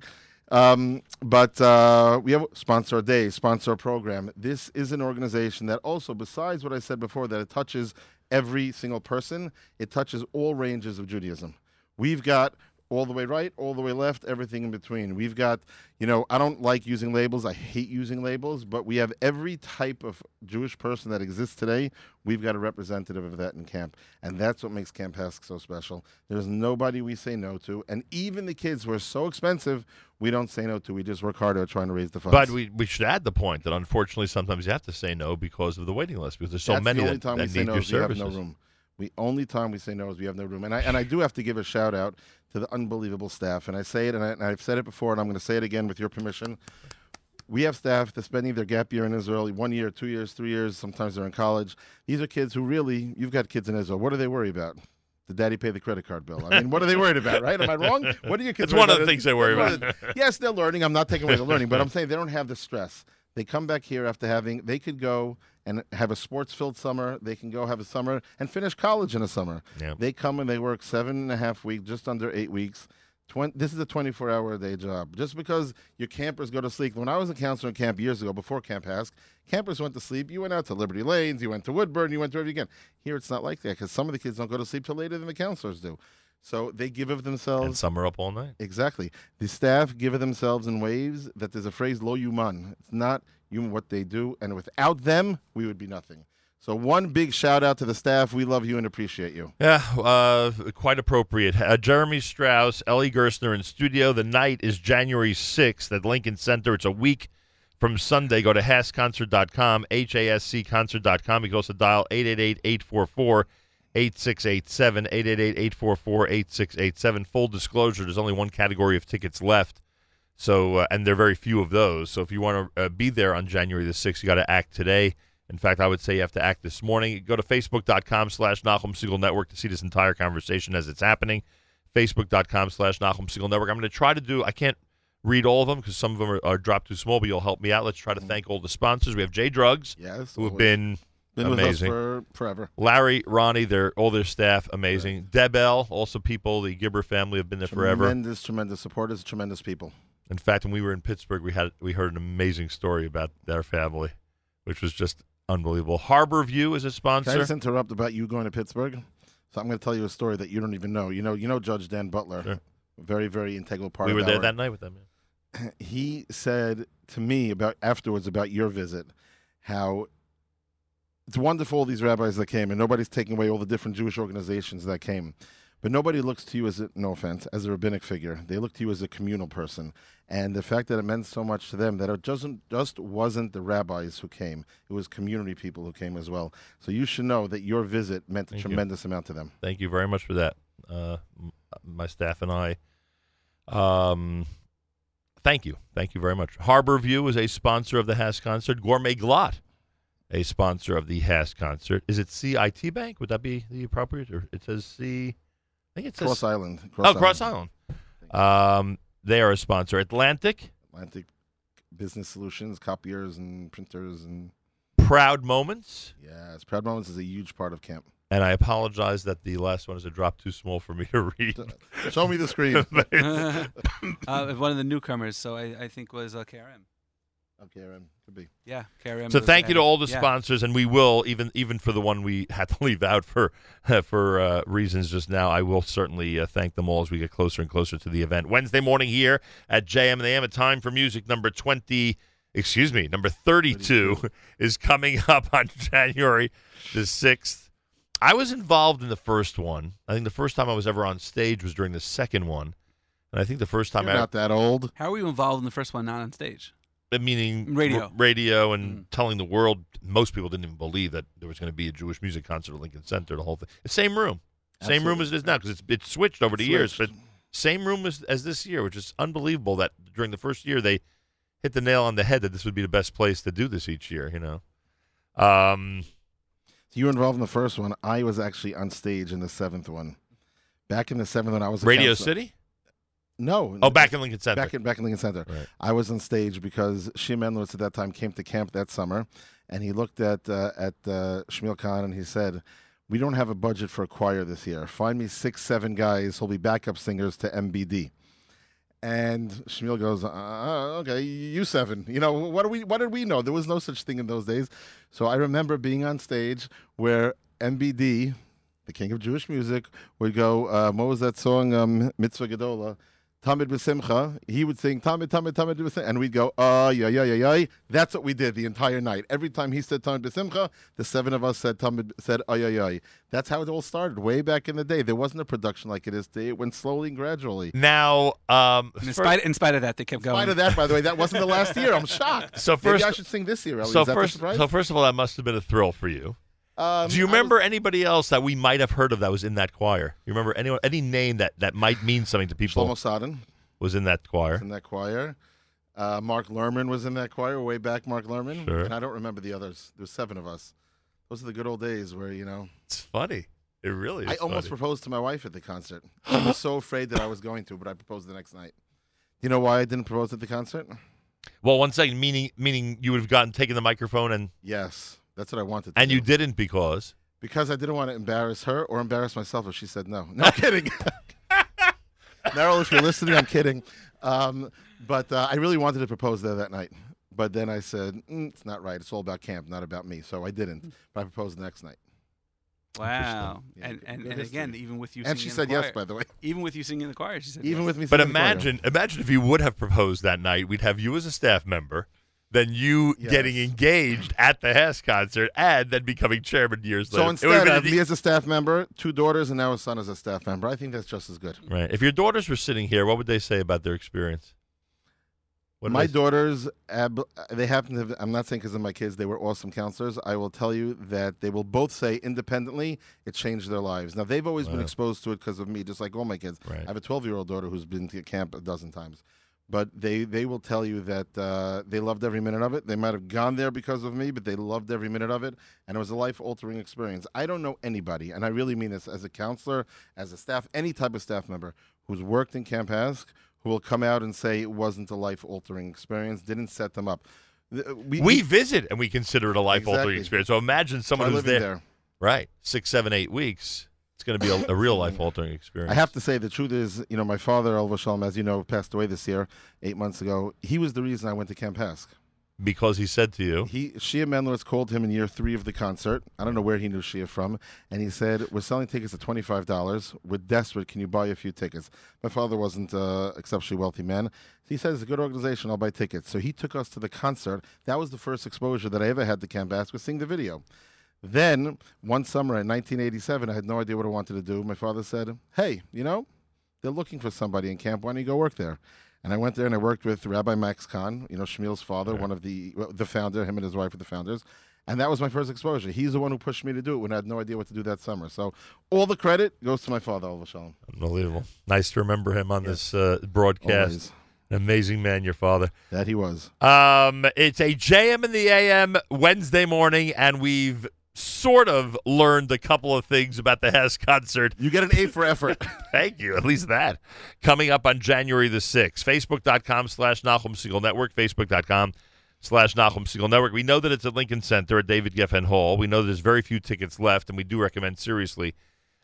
Um, but uh, we have sponsor a day, sponsor a program. This is an organization that also, besides what I said before, that it touches every single person, it touches all ranges of Judaism. We've got all the way right, all the way left, everything in between. We've got, you know, I don't like using labels. I hate using labels, but we have every type of Jewish person that exists today. We've got a representative of that in camp. And that's what makes Camp Hask so special. There's nobody we say no to. And even the kids who are so expensive, we don't say no to. We just work harder at trying to raise the funds.
But we, we should add the point that unfortunately sometimes you have to say no because of the waiting list because there's so
That's
many
the only
that,
time
that
we
need
say no
your
is we have
services.
no room. We only time we say no is we have no room. And I and I do have to give a shout out to the unbelievable staff. And I say it, and, I, and I've said it before, and I'm going to say it again with your permission. We have staff that's spending their gap year in Israel, one year, two years, three years. Sometimes they're in college. These are kids who really, you've got kids in Israel. What do they worry about? Did daddy pay the credit card bill? I mean, what are they worried about, right? Am I wrong? What do your kids?
It's
worry
one of
about?
the things they worry
One of
about.
the- yes, they're learning. I'm not taking away the learning, but I'm saying they don't have the stress. They come back here after having. They could go and have a sports-filled summer. They can go have a summer and finish college in a summer.
Yeah.
They come and they work seven and a half weeks, just under eight weeks. Twen- this is a 24 hour a day job. Just because your campers go to sleep. When I was a counselor in camp years ago, before Camp Hask, campers went to sleep. You went out to Liberty Lanes, you went to Woodburn, you went to every again. Here it's not like that because some of the kids don't go to sleep till later than the counselors do. So they give of
And
themselves.
some are up all night.
Exactly. The staff give of themselves in waves that there's a phrase lo yuman. It's not human what they do, and without them, we would be nothing. So one big shout out to the staff. We love you and appreciate you.
Yeah, uh, quite appropriate. Uh, Jeremy Strauss, Ellie Gerstner in studio. The night is January 6th at Lincoln Center. It's a week from Sunday. Go to hasconcert.com, H-A-S-C concert.com. You can also dial 888-844-8687, 888-844-8687. Full disclosure, there's only one category of tickets left. So, uh, and there are very few of those. So, if you want to uh, be there on January the 6th, you got to act today. In fact, I would say you have to act this morning. Go to facebook.com slash Nahum Siegel Network to see this entire conversation as it's happening. Facebook.com slash Nahum Siegel Network. I'm going to try to do, I can't read all of them because some of them are, are dropped too small, but you'll help me out. Let's try to thank all the sponsors. We have J Drugs,
Yes,
who have
always.
been,
Been with us
amazing.
for forever.
Larry, Ronnie, their all their staff, amazing. Debel, also people, the Gibber family have been there forever.
Tremendous, tremendous supporters, tremendous people.
In fact, when we were in Pittsburgh, we had we heard an amazing story about their family, which was just unbelievable. Harbor View is a
Can I
sponsor.
just interrupt about you going to Pittsburgh? So I'm going to tell you a story that you don't even know. You know, you know Judge Dan Butler,
Sure.
very, very integral part.
We
of
were there
our-
that night with them. yeah.
he said to me about afterwards about your visit how it's wonderful all these rabbis that came and nobody's taking away all the different jewish organizations that came but nobody looks to you as a, no offense as a rabbinic figure they look to you as a communal person and the fact that it meant so much to them that it doesn't just wasn't the rabbis who came it was community people who came as well so you should know that your visit meant a
Thank you.
tremendous amount to them
Thank you very much for that. Uh, m- my staff and I. Um, thank you, thank you very much. Harbor View is a sponsor of the Hass concert. Gourmet Glot, a sponsor of the Hass concert. Is it CIT Bank? Would that be the appropriate? Or it says C. I think it says
cross island
oh Cross Island. Um, they are a sponsor. Atlantic.
atlantic business solutions copiers and printers and
Proud Moments.
Yes, Proud Moments is a huge part of camp.
And I apologize that the last one is a drop too small for me to read.
Show me the screen.
uh, one of the newcomers, so I, I think was uh, KRM.
okay, Aaron, could be.
Yeah, KRM.
so
was
thank you to
added.
all the
Yeah.
sponsors, and we will even even for the one we had to leave out for for uh, reasons just now. I will certainly uh, thank them all as we get closer and closer to the event. Wednesday morning here at JM and the AM, a time for music number twenty. Excuse me, number thirty-two is coming up on January the sixth. I was involved in the first one. I think the first time I was ever on stage was during the second one, and I think the first time
You're
I
not that old.
How were you involved in the first one, not on stage?
Uh, meaning
Radio.
r- radio
Mm-hmm.
and telling the world most people didn't even believe that there was going to be a Jewish music concert at Lincoln Center the whole thing the same room same room
Absolutely.
as it is now because it's it's switched over the years but
Switched.
same room as, as this year which is unbelievable that during the first year they hit the nail on the head that this would be the best place to do this each year you know um
So you were involved in the first one. I was actually on stage in the seventh one. Back in the seventh one, I was a
Radio
counselor.
City
No.
oh back in Lincoln Center
back in back in Lincoln Center.
Right.
I was on stage because Shim Endless at that time came to camp that summer, and he looked at uh, at uh, Shmuel Khan and he said, "We don't have a budget for a choir this year. Find me six, seven guys who'll be backup singers to MBD." And Shmuel goes, uh, "Okay, you seven. You know what do we what did we know? There was no such thing in those days." So I remember being on stage where MBD. The king of Jewish music would go. Um, what was that song? Um, Mitzvah Gedola. Tamid B'Simcha, he would sing Tamid, Tamid, Tamid B'Simcha, and we'd go, ah, yeah, yeah, yeah, yeah. That's what we did the entire night. Every time he said Tamid B'Simcha, the seven of us said Tamid, said ay, ay, ay. That's how it all started way back in the day. There wasn't a production like it is today. It went slowly and gradually.
now um
And in,
fir-
spite, in spite of that, they kept going.
Mind of that, by the way, that wasn't the last year. I'm shocked.
Um, So
Maybe
first-
I should sing this year. Ellie.
so
is that
first
the surprise?
so first of all that must have been a thrill for you
Um,
Do you
I was-
remember anybody else that we might have heard of that was in that choir? You remember anyone, any name that, that might mean something to people
Shlomo Sadin
was in that choir?
in that choir. Uh, Mark Lerman was in that choir way back. Mark Lerman,
Sure.
and I don't remember the others. There's seven of us. Those are the good old days where you know.
It's funny. It really is.
I almost
funny.
proposed to my wife at the concert. I was so afraid that I was going to, but I proposed the next night. You know why I didn't propose at the concert?
well, one second. Meaning, meaning you would have gotten taken the microphone and
Yes, that's what I wanted. To
and you
do.
didn't because
because I didn't want to embarrass her or embarrass myself if she said no. No kidding. Meryl, if you're listening, I'm kidding. Um, but uh, I really wanted to propose there that night. But then I said, mm, it's not right. It's all about camp, not about me. So I didn't. But I proposed the next night.
Wow.
Yeah,
and
good-
and,
good
and
history.
again, even with you
And
singing
she
in
said
the choir,
yes, by the way.
Even with you singing in the choir, she said
Even
yes.
with me.
But
sitting in the corner.
imagine, imagine if you would have proposed that night, we'd have you as a staff member, then you
Yes.
getting engaged at the Hess concert, and then becoming chairman years
So
later. It would've
instead, I
been
have
an-
me as a staff member, two daughters, and now a son as a staff member. I think that's just as good.
right. If your daughters were sitting here, what would they say about their experience? What did
my
they-
daughters, ab- they happen to. Have, I'm not saying because of my kids, they were awesome counselors. I will tell you that they will both say independently it changed their lives. Now they've always been
Wow.
exposed to it because of me, just like all my kids.
Right.
I have a 12 year old daughter who's been to camp a dozen times, but they they will tell you that uh, they loved every minute of it. They might have gone there because of me, but they loved every minute of it, and it was a life altering experience. I don't know anybody, and I really mean this as a counselor, as a staff, any type of staff member who's worked in Camp Ask who will come out and say it wasn't a life altering experience, didn't set them up. Th- We,
we visit and we consider it a life altering
Exactly.
experience. So imagine
are
someone who's
living
there,
there.
right, six, seven, eight weeks. It's going to be a, a real life altering experience.
I have to say, the truth is, you know, my father, Elva Shalom, as you know, passed away this year, eight months ago. He was the reason I went to Camp Ask.
because he said to you,
He Shia Menlowitz called him in year three of the concert. I don't know where he knew Shia from, and he said, "We're selling tickets at twenty five dollars. We're desperate. Can you buy a few tickets?" My father wasn't uh, exceptionally wealthy man. He said, "It's a good organization. I'll buy tickets." So he took us to the concert. That was the first exposure that I ever had to Camp Ask was seeing the video. Then one summer in 1987, I had no idea what I wanted to do. My father said, "Hey, you know, they're looking for somebody in camp. Why don't you go work there? And I went there and I worked with Rabbi Max Kahn, you know, Shmuel's father, one of the well, the founder. Him and his wife are the founders. And that was my first exposure. He's the one who pushed me to do it when I had no idea what to do that summer. So all the credit goes to my father, Oliver Shalom.
unbelievable. Nice to remember him on this uh, broadcast.
Always.
An amazing man, your father.
That he was.
Um, it's a JM in the AM Wednesday morning, and we've sort of learned a couple of things about the Hess concert.
You get an A for effort.
Thank you. At least that. Coming up on January the 6th. Facebook.com slash Nahum Siegel Network. Facebook.com slash Nahum Siegel Network. We know that it's at Lincoln Center at David Geffen Hall. We know there's very few tickets left, and we do recommend seriously.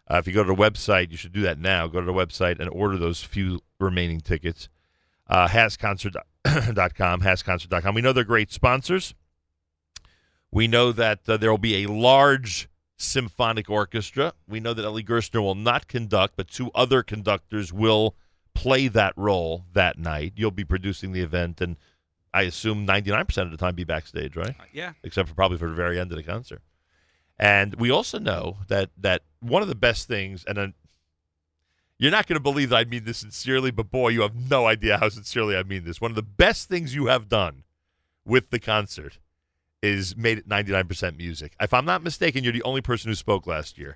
Uh, if you go to the website, you should do that now. Go to the website and order those few remaining tickets. Uh, HasConcert.com, HasConcert.com. We know they're great sponsors. We know that uh, there will be a large symphonic orchestra. We know that Ellie Gerstner will not conduct, but two other conductors will play that role that night. You'll be producing the event, and I assume 99% of the time be backstage, right?
Uh, yeah.
except for probably for the very end of the concert. And we also know that that one of the best things, and then you're not going to believe that I mean this sincerely, but boy, you have no idea how sincerely I mean this. One of the best things you have done with the concert is made it 99% music. If I'm not mistaken, you're the only person who spoke last year.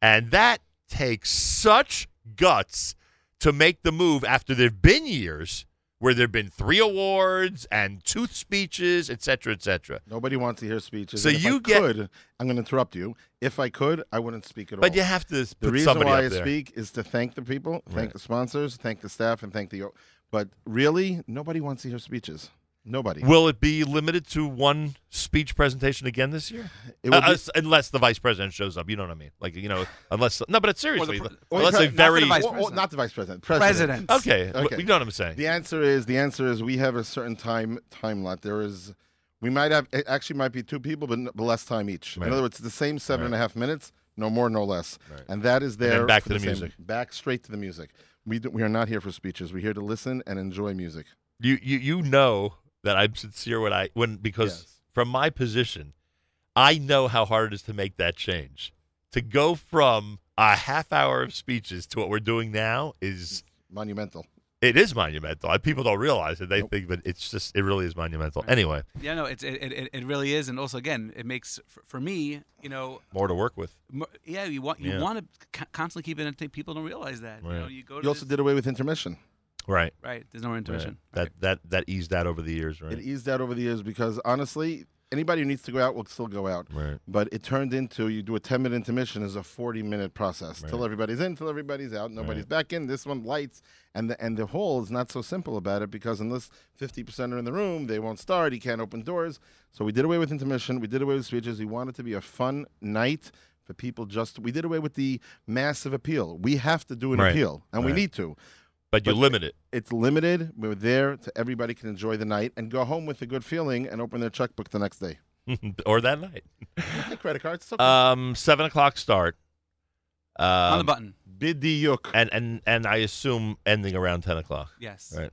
And that takes such guts to make the move after there've been years where there've been three awards and two speeches, et cetera, et cetera.
Nobody wants to hear speeches.
So
And if I
you get-
could, I'm going to interrupt you. If I could, I wouldn't speak at all.
But you have to
The
put
reason
somebody
why I
up there.
speak is to thank the people, thank
Right.
the sponsors, thank the staff, and thank the. But really, nobody wants to hear speeches. Nobody.
Will it be limited to one speech presentation again this year?
It will
Uh,
be-
us- unless the vice president shows up, you know what I mean? Like you know, unless no, but it's seriously,
pre-
or
unless
the
a
pre-
very
not for the vice
Or- or
president.
not the vice president.
President.
okay, w-
Okay.
you know what I'm saying?
The answer is the answer is we have a certain time time lot. There is, we might have it actually might be two people, but, n- but less time each.
Right.
In other words, it's the same seven and a half minutes, no more, no less.
Right.
And that is
then
there.
back
for
to the
same-
music.
Back straight to the music. We do, we are not here for speeches. We're here to listen and enjoy music.
you you you know that I'm sincere when I when because
Yes.
from my position, I know how hard it is to make that change. To go from a half hour of speeches to what we're doing now is
Monumental.
it is monumental. And People don't realize it. They
Nope.
think, but it's just it really is monumental. Anyway,
Yeah, no, it's, it, it, it really is. And also, again, it makes, for, for me, you know,
more to work with.
mo- yeah, you want you
Yeah.
want to c- constantly keep it entertained. People don't realize that. You know,
Right.
you go to
You also
this-
did away with intermission.
Right.
right. There's no more intermission.
That that that eased that over the years, right?
It eased out over the years because honestly, anybody who needs to go out will still go out.
right.
But it turned into you do a 10 minute intermission is a 40 minute process till
Right.
everybody's in, till everybody's out, nobody's back in. This one lights, and the and the whole is not so simple about it because unless 50% are in the room, they won't start. He can't open doors. So we did away with intermission. We did away with speeches. We wanted to be a fun night for people. Just we did away with the massive appeal. We have to do an
Right.
appeal, and we
Right.
need to
But you
But-
limit it.
it's limited. We're there to everybody can enjoy the night and go home with a good feeling and open their checkbook the next day.
or that night.
credit cards. It's okay.
Um, seven o'clock start. Um,
on the button.
Bidiyuk.
and and and I assume ending around ten o'clock.
Yes.
Right.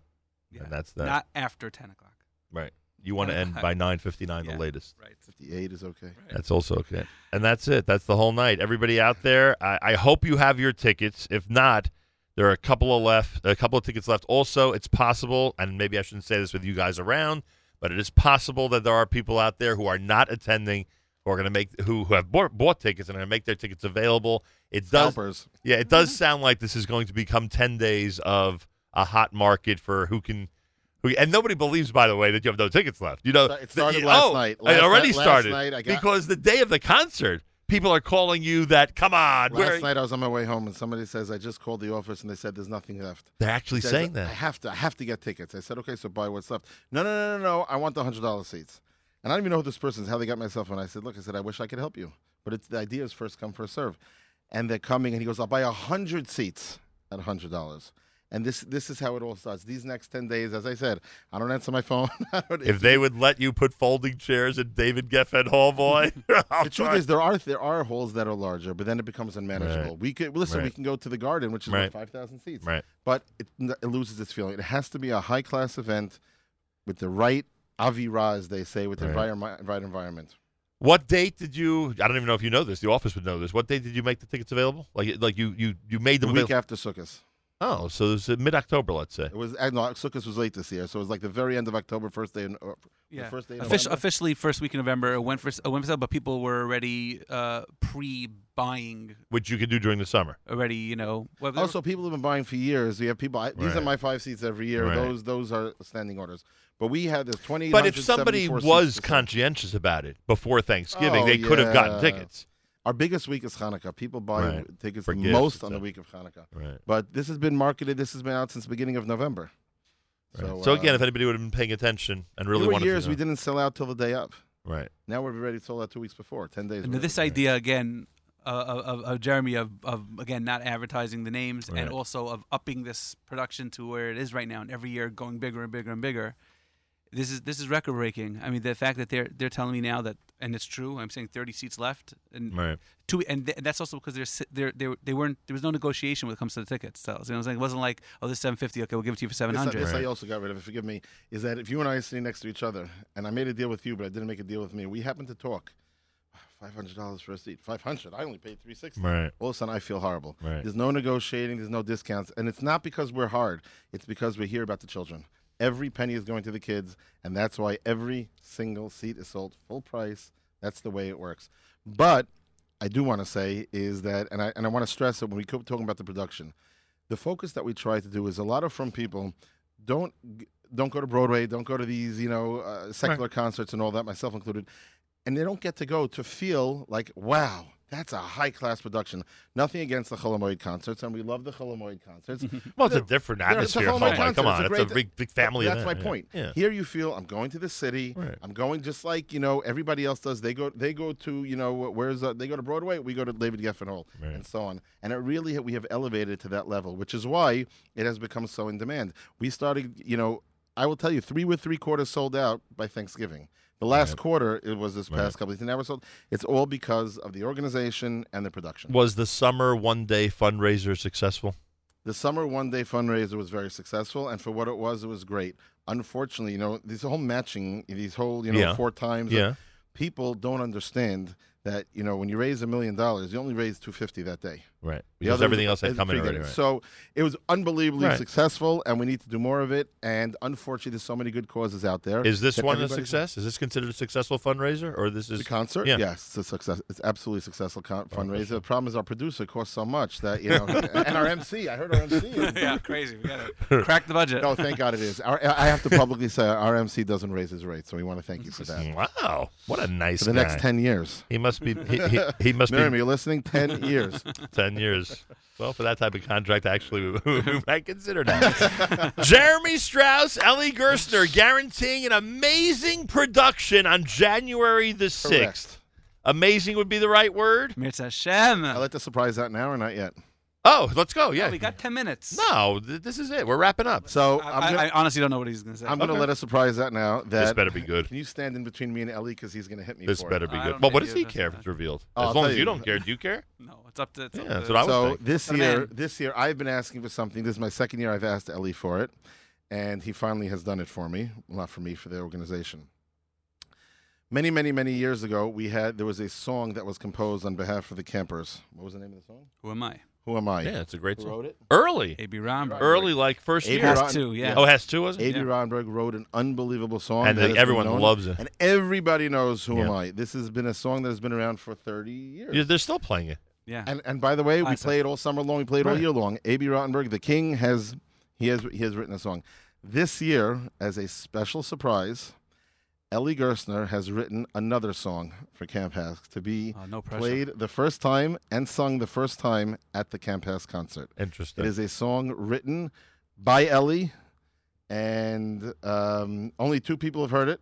Yeah.
And that's that.
Not after 10 o'clock.
right. You want to end by nine fifty nine,
Yeah.
the latest.
Right.
58 is okay.
That's also okay. And that's it. That's the whole night. Everybody out there, I, I hope you have your tickets. If not, there are a couple of left, a couple of tickets left. Also, it's possible, and maybe I shouldn't say this with you guys around, but it is possible that there are people out there who are not attending, who are going to make, who, who have bought, bought tickets and are going to make their tickets available. It does,
Scalpers.
yeah, it does sound like this is going to become ten days of a hot market for who can. who And nobody believes, by the way, that you have no tickets left. You know,
It started
the-
last
oh,
night.
it
Last
already
night- last
started
night I got-
because the day of the concert, people are calling you that. Come on, where
Last night I was on my way home and somebody says I just called the office and they said there's nothing left.
they're actually
Says,
saying
I
that.
have to. I have to get tickets. I said okay, so buy what's left. No, no, no, no, no. I want the hundred dollar seats. And I don't even know who this person is. How they got my cell phone. I said, look, I said I wish I could help you, but it's, the idea is first come first serve. And they're coming and he goes, I'll buy hundred seats at hundred dollars. And this this is how it all starts. These next ten days, as I said, I don't answer my phone. I don't-
If they would let you put folding chairs in David Geffen Hall, boy, I'll
The truth
try.
is, there are there are holes that are larger, but then it becomes unmanageable. We could well, listen. We
Right.
can go to the garden, which is
Right.
like five thousand seats,
Right.
but it, it loses its feeling. It has to be a high class event with the right avira, as they say, with the
Right.
envirom- right environment.
What date did you? I don't even know if you know this. The office would know this. What date did you make the tickets available? Like, like you, you, you made
The
them
week
available.
after Sukkot,
Oh, so it's mid October, let's say.
it was uh, no Sukkot was late this year, so it was like the very end of October, first day. In, uh,
Yeah.
the first day. In
Offici-
November.
officially, first week in November, it went for, it went for sale, but people were already uh, pre buying,
which you could do during the summer.
already, you know. whether-
Also, people have been buying for years. We have people. I, these are
Right.
my five seats every year.
Right.
Those those are standing orders. But we had this twenty.
But if somebody was conscientious about it before Thanksgiving,
Oh,
they could have gotten
yeah.
tickets.
Our biggest week is Hanukkah. People buy
Right.
tickets
For
the
gifts
most
and
on the
stuff.
week of Hanukkah.
Right.
But this has been marketed. This has been out since the beginning of November.
So,
uh,
again, if anybody would have been paying attention and
there
really
were
wanted
years
to, know.
we didn't sell out till the day up.
Right.
Now we're already sold out two weeks before, ten days.
And
already.
this idea again uh, of, of Jeremy of, of again not advertising the names
Right.
and also of upping this production to where it is right now and every year going bigger and bigger and bigger. This is this is record breaking. I mean, the fact that they're they're telling me now that and it's true. I'm saying 30 seats left and
Right.
two and, th- and that's also because they're, si- they're they were- they weren't there was no negotiation when it comes to the ticket sales. You know, what I'm saying? it wasn't like oh this 750 okay we'll give it to you for
This,
700.
this
Right.
I also got rid of. Forgive me. Is that if you and I are sitting next to each other, and I made a deal with you, but I didn't make a deal with me. We happened to talk. "Ah, Five hundred dollars for a seat. Five hundred. I only paid three sixty.
Right.
All of a sudden, I feel horrible.
Right.
There's no negotiating. There's no discounts, and it's not because we're hard. It's because we hear about the children. Every penny is going to the kids, and that's why every single seat is sold full price. That's the way it works. But I do want to say is that, and I and I want to stress that when we keep talking about the production, the focus that we try to do is a lot of from people don't g- don't go to Broadway, don't go to these you know uh, secular concerts and all that, myself included, and they don't get to go to feel like wow. That's a high class production. Nothing against the Holomoid concerts, and we love the Holomoid concerts.
Well, it's a
They're-
different
they're- it's a
atmosphere.
whole
Hall.
night
Like, come
concert. It's
on,
a
it's a
great-
big, big family.
That's
event. Yeah.
my point.
Yeah.
Here you feel I'm going to the city.
Right.
I'm going just like you know everybody else does. They go they go to you know where's uh, they go to Broadway. We go to David Geffen Hall
Right.
and so on. And it really we have elevated it to that level, which is why it has become so in demand. We started you know I will tell you three with three quarters sold out by Thanksgiving. The last quarter it was this past
Right.
couple of days. Now we're sold. It's all because of the organization and the production.
Was the summer one day fundraiser successful?
The summer one day fundraiser was very successful, and for what it was, it was great. Unfortunately, you know, these whole matching, these whole, you know,
Yeah.
four times,
Yeah.
people don't understand that, you know, when you raise a million dollars, you only raise 250 that day.
Right.
The
Because
other-
everything else had
is
come in
predated.
already. Right.
So it was unbelievably
Right.
successful, and we need to do more of it. And unfortunately, there's so many good causes out there.
is this
that
one a
everybody's-
success? Is this considered a successful fundraiser, or this
The
is
concert,
yeah. Oh,
yes, it's a success. It's absolutely successful con-
for
fundraiser.
sure.
The problem is our producer costs so much that you know, and our MC. I heard our MC is
yeah, crazy. We gotta crack the budget.
No, thank God it is. Our, I have to publicly say our MC doesn't raise his rate, so we want to thank you for that.
wow? What a nice
For the
guy.
next 10 years.
He must be. He, he, he must be
Miriam, you're listening? 10 years.
10 years. Well, for that type of contract, actually, we, we might consider that. Jeremy Strauss, Ellie Gerstner guaranteeing an amazing production on January the 6th.
Correct.
Amazing would be the right word.
Mirza Hashem.
I let the surprise out now or not yet?
Oh, let's go. Yeah.
we got 10 minutes.
no, th- this is it. We're wrapping up.
So
I,
I'm
I-
gonna,
I honestly don't know what he's going to say.
I'm gonna let us surprise that now. That
This better be good.
Can you stand in between me and Ellie because he's gonna hit me?
This
for
better
It. Oh,
be
I
good.
don't
But what
think
does
you-
he care if it's revealed?
I'll
As long
tell
as
you.
you don't care, do you care?
No, it's up to. It's
Yeah,
up
that's
to-
what I would
So
think.
this
But
year,
man-
this year I've been asking for something. This is my second year I've asked Ellie for it, and he finally has done it for me. Well, Not for me, for the organization. Many, many, many years ago, we had there was a song that was composed on behalf of the campers. What was the name of the song?
Who am I?
Who am I?
Yeah, it's a great
Who
song.
wrote it?
Early.
A.B. Romberg.
Early, like first
Abel
year.
Ro-
Has two, yeah.
Oh, has two, was it?
A.B. Ronberg wrote an unbelievable song,
And
that
the-
has been
everyone
known-
loves it.
and everybody knows who am
Yeah.
I. This has been a song that has been around for 30 years.
Yeah, they're still playing it.
Yeah.
And and by the way, we
Classic.
play it all summer long. We play it all
Right.
year long. A.B. Rottenberg, the King, has he has he has written a song. This year, as a special surprise, Ellie Gerstner has written another song for Camp Hask to be
Oh, no pressure.
played the first time and sung the first time at the Camp Hask concert. It
Interesting.
is a song written by Ellie, and um, only two people have heard it.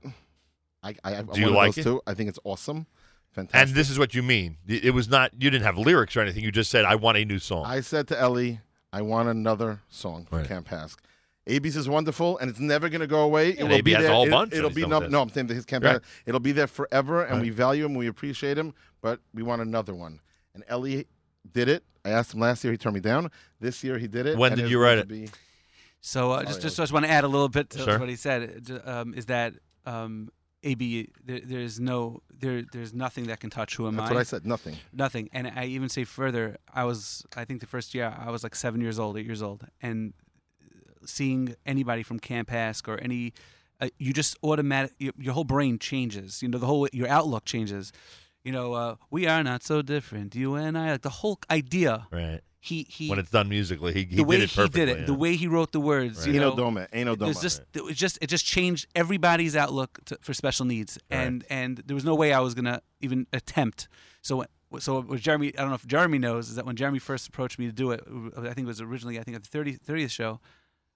I, I, I'm
Do you
one of
like
those
it?
Two. I think it's awesome, fantastic.
and this is what you mean. It it was not. You didn't have lyrics or anything. You just said, "I want a new song."
I said to Ellie, I want another song for
Right.
Camp Hask. AB's is wonderful, and it's never going to go away. It
And
will
AB
be
has a
there.
whole
it,
bunch that
It'll
he's
be
done
num-
with.
no, I'm saying that his Camp
Right.
Hask- It'll be there forever, and
Right.
we value him, we appreciate him, but we want another one. And Ellie did it. I asked him last year, he turned me down. This year, he did it.
When
and
did
it's
you write
going
it?
to be-
So uh,
Sorry,
just
I
just, just want to add a little bit to
Sure.
what he said. uh, ju- Um, is that um, AB? There, there's no there. There's nothing that can touch who am
That's
I?
what I said. Nothing.
Nothing. And I even say further. I was I think the first year I was like seven years old, eight years old, and seeing anybody from Camp Ask or any, uh, you just automatic your, your whole brain changes. You know the whole your outlook changes. You know uh, we are not so different. You and I like the whole idea.
right.
He he.
When it's done musically, he, he
the way
did it
he
perfectly.
did it, the
yeah.
way he wrote the words,
Right.
you
Ain't no
know,
doma. Ain't no
there's
doma.
just it was just it just changed everybody's outlook to, for special needs, and and there was no way I was gonna even attempt. So wh- so what Jeremy, I don't know if Jeremy knows, is that when Jeremy first approached me to do it, I think it was originally I think at the 30, 30th show,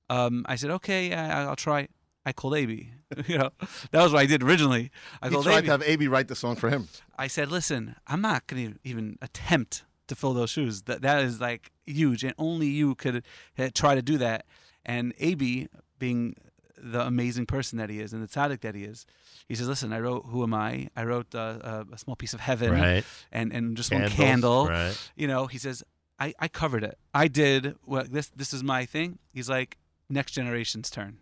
um, I said okay, I, I'll try. I called AB. you know, that was what I did originally. I
he
called
tried
AB.
to have AB write the song for him.
I said, listen, I'm not going to even attempt to fill those shoes. That that is like huge, and only you could uh, try to do that. And AB, being the amazing person that he is and the tzaddik that he is, he says, listen, I wrote "Who Am I?" I wrote uh, uh, a small piece of heaven,
Right.
and and just
Candles,
one candle.
Right.
You know, he says, I I covered it. I did what this this is my thing. He's like, next generation's turn,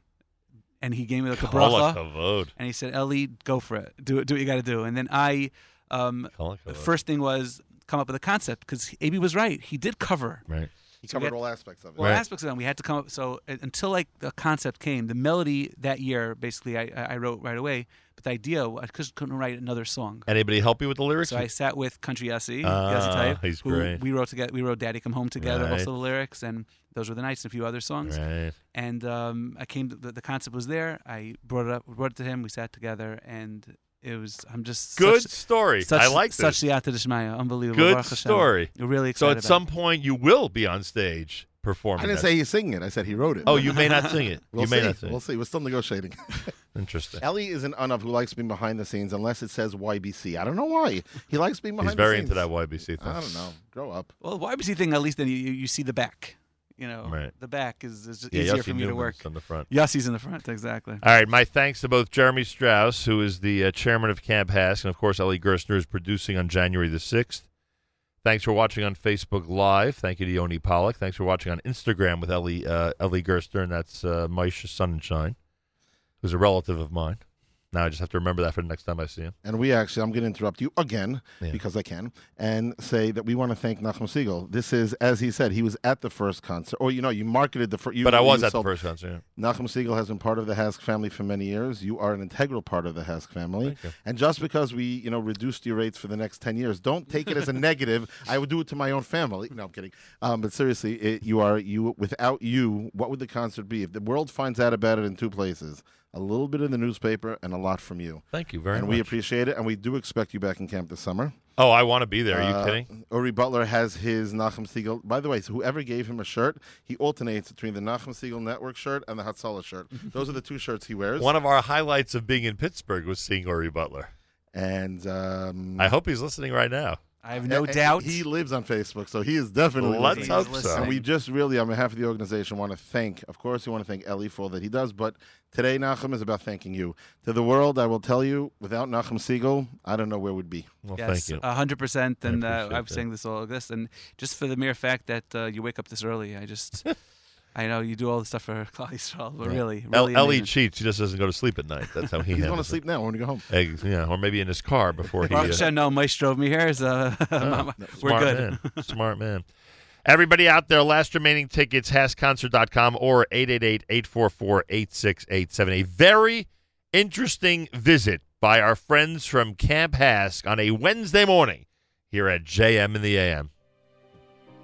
and he gave me like a
Kala
bracha.
Kavod.
And he said, Ellie, go for it. Do it. Do what you got to do. And then I, um,
Kala
the
Kavod.
first thing was come up with a concept because AB was right. He did cover
Right.
He
So we
covered
had-
all aspects of it.
all
Right.
aspects of them. We had to come up. So uh, until like the concept came, the melody that year, basically, I, I I wrote right away. But the idea, I just couldn't write another song.
Anybody help you with the lyrics?
So I sat with Country Yossi,
Ah,
Yossi Taib,
he's
who
great.
we wrote together. We wrote "Daddy Come Home" together,
Right.
also the lyrics, and those were the nights and a few other songs.
right.
And um, I came. The, the concept was there. I brought it up, brought it to him. We sat together, and it was. I'm just
Good
Such,
story.
such,
I like
such
this.
the Yata Dishmaya. Unbelievable.
Good
Baruch Hashem.
story.
We're really
So
excited.
at
about
some point you will be on stage
I
performing.
didn't
that.
say he's singing it. I said he wrote it.
Oh, you may not sing it.
We'll
you may
see.
not sing.
We'll see. We're still negotiating.
it. Interesting.
Ellie is an unuv who likes being behind the scenes unless it says YBC. I don't know why. He likes being behind
He's
the
very
scenes.
into that YBC thing.
I don't know. Grow up.
Well, the YBC thing, at least then you, you you see the back. You know,
Right.
the back is, is just
Yeah,
easier
Yossi
for me to
Newman's
work.
on the front.
Yossi's in the front, exactly.
All right, my thanks to both Jeremy Strauss, who is the uh, chairman of Camp Hask, and of course Ellie Gerstner is producing on January the sixth. Thanks for watching on Facebook Live. Thank you to Yoni Pollock. Thanks for watching on Instagram with Ellie uh, Ellie Gerstner, and that's uh, Maisha Sunshine, who's a relative of mine. Now I just have to remember that for the next time I see him.
And we actually, I'm going to interrupt you again
Yeah.
because I can, and say that we want to thank Nachum Siegel. This is, as he said, he was at the first concert, or you know, you marketed the first.
But I was at the first concert.
Nachum Siegel has been part of the Hask family for many years. You are an integral part of the Hask family.
Thank you.
And just because we, you know, reduced your rates for the next 10 years, don't take it as a negative. I would do it to my own family. No, I'm kidding. Um, but seriously, it, you are, you, without you, what would the concert be? If the world finds out about it in two places, a little bit in the newspaper and a lot from you.
Thank you very
and
much.
we appreciate it. And we do expect you back in camp this summer.
oh, I want to be there. Are you
Uh,
kidding?
Uri Butler has his Nachum Siegel. By the way, so whoever gave him a shirt, he alternates between the Nachum Siegel Network shirt and the Hatzalah shirt. Those are the two shirts he wears.
One of our highlights of being in Pittsburgh was seeing Ori Butler.
and um,
I hope he's listening right now.
I have no
A- a-
doubt.
Uh, He lives on Facebook, so he is definitely.
Let's
listening.
hope
He's
so.
And we just really, on behalf of the organization, want to thank, of course, we want to thank Eli for all that he does. But today, Nachum is about thanking you. To the world, I will tell you, without Nachum Siegel, I don't know where we'd be.
Well, thank
yes,
you.
hundred percent.
I
And uh,
appreciate
I'm
that.
saying this all this, and just for the mere fact that uh, you wake up this early, I just, I know you do all the stuff for Klal Yisrael, but really,
El-
really,
Ellie
amazing.
cheats. He just doesn't go to sleep at night. That's how he.
He's going to
handles it.
sleep now when we go home.
Eggs, yeah, or maybe in his car before he.
Baruch
uh,
Hashem, no, Meish drove me here. So
Oh,
Oh, we're
smart
good.
Man. Smart man. Everybody out there, last remaining tickets, hasconcert.com or 888-844-8687. A very interesting visit by our friends from Camp Hask on a Wednesday morning here at JM in the AM.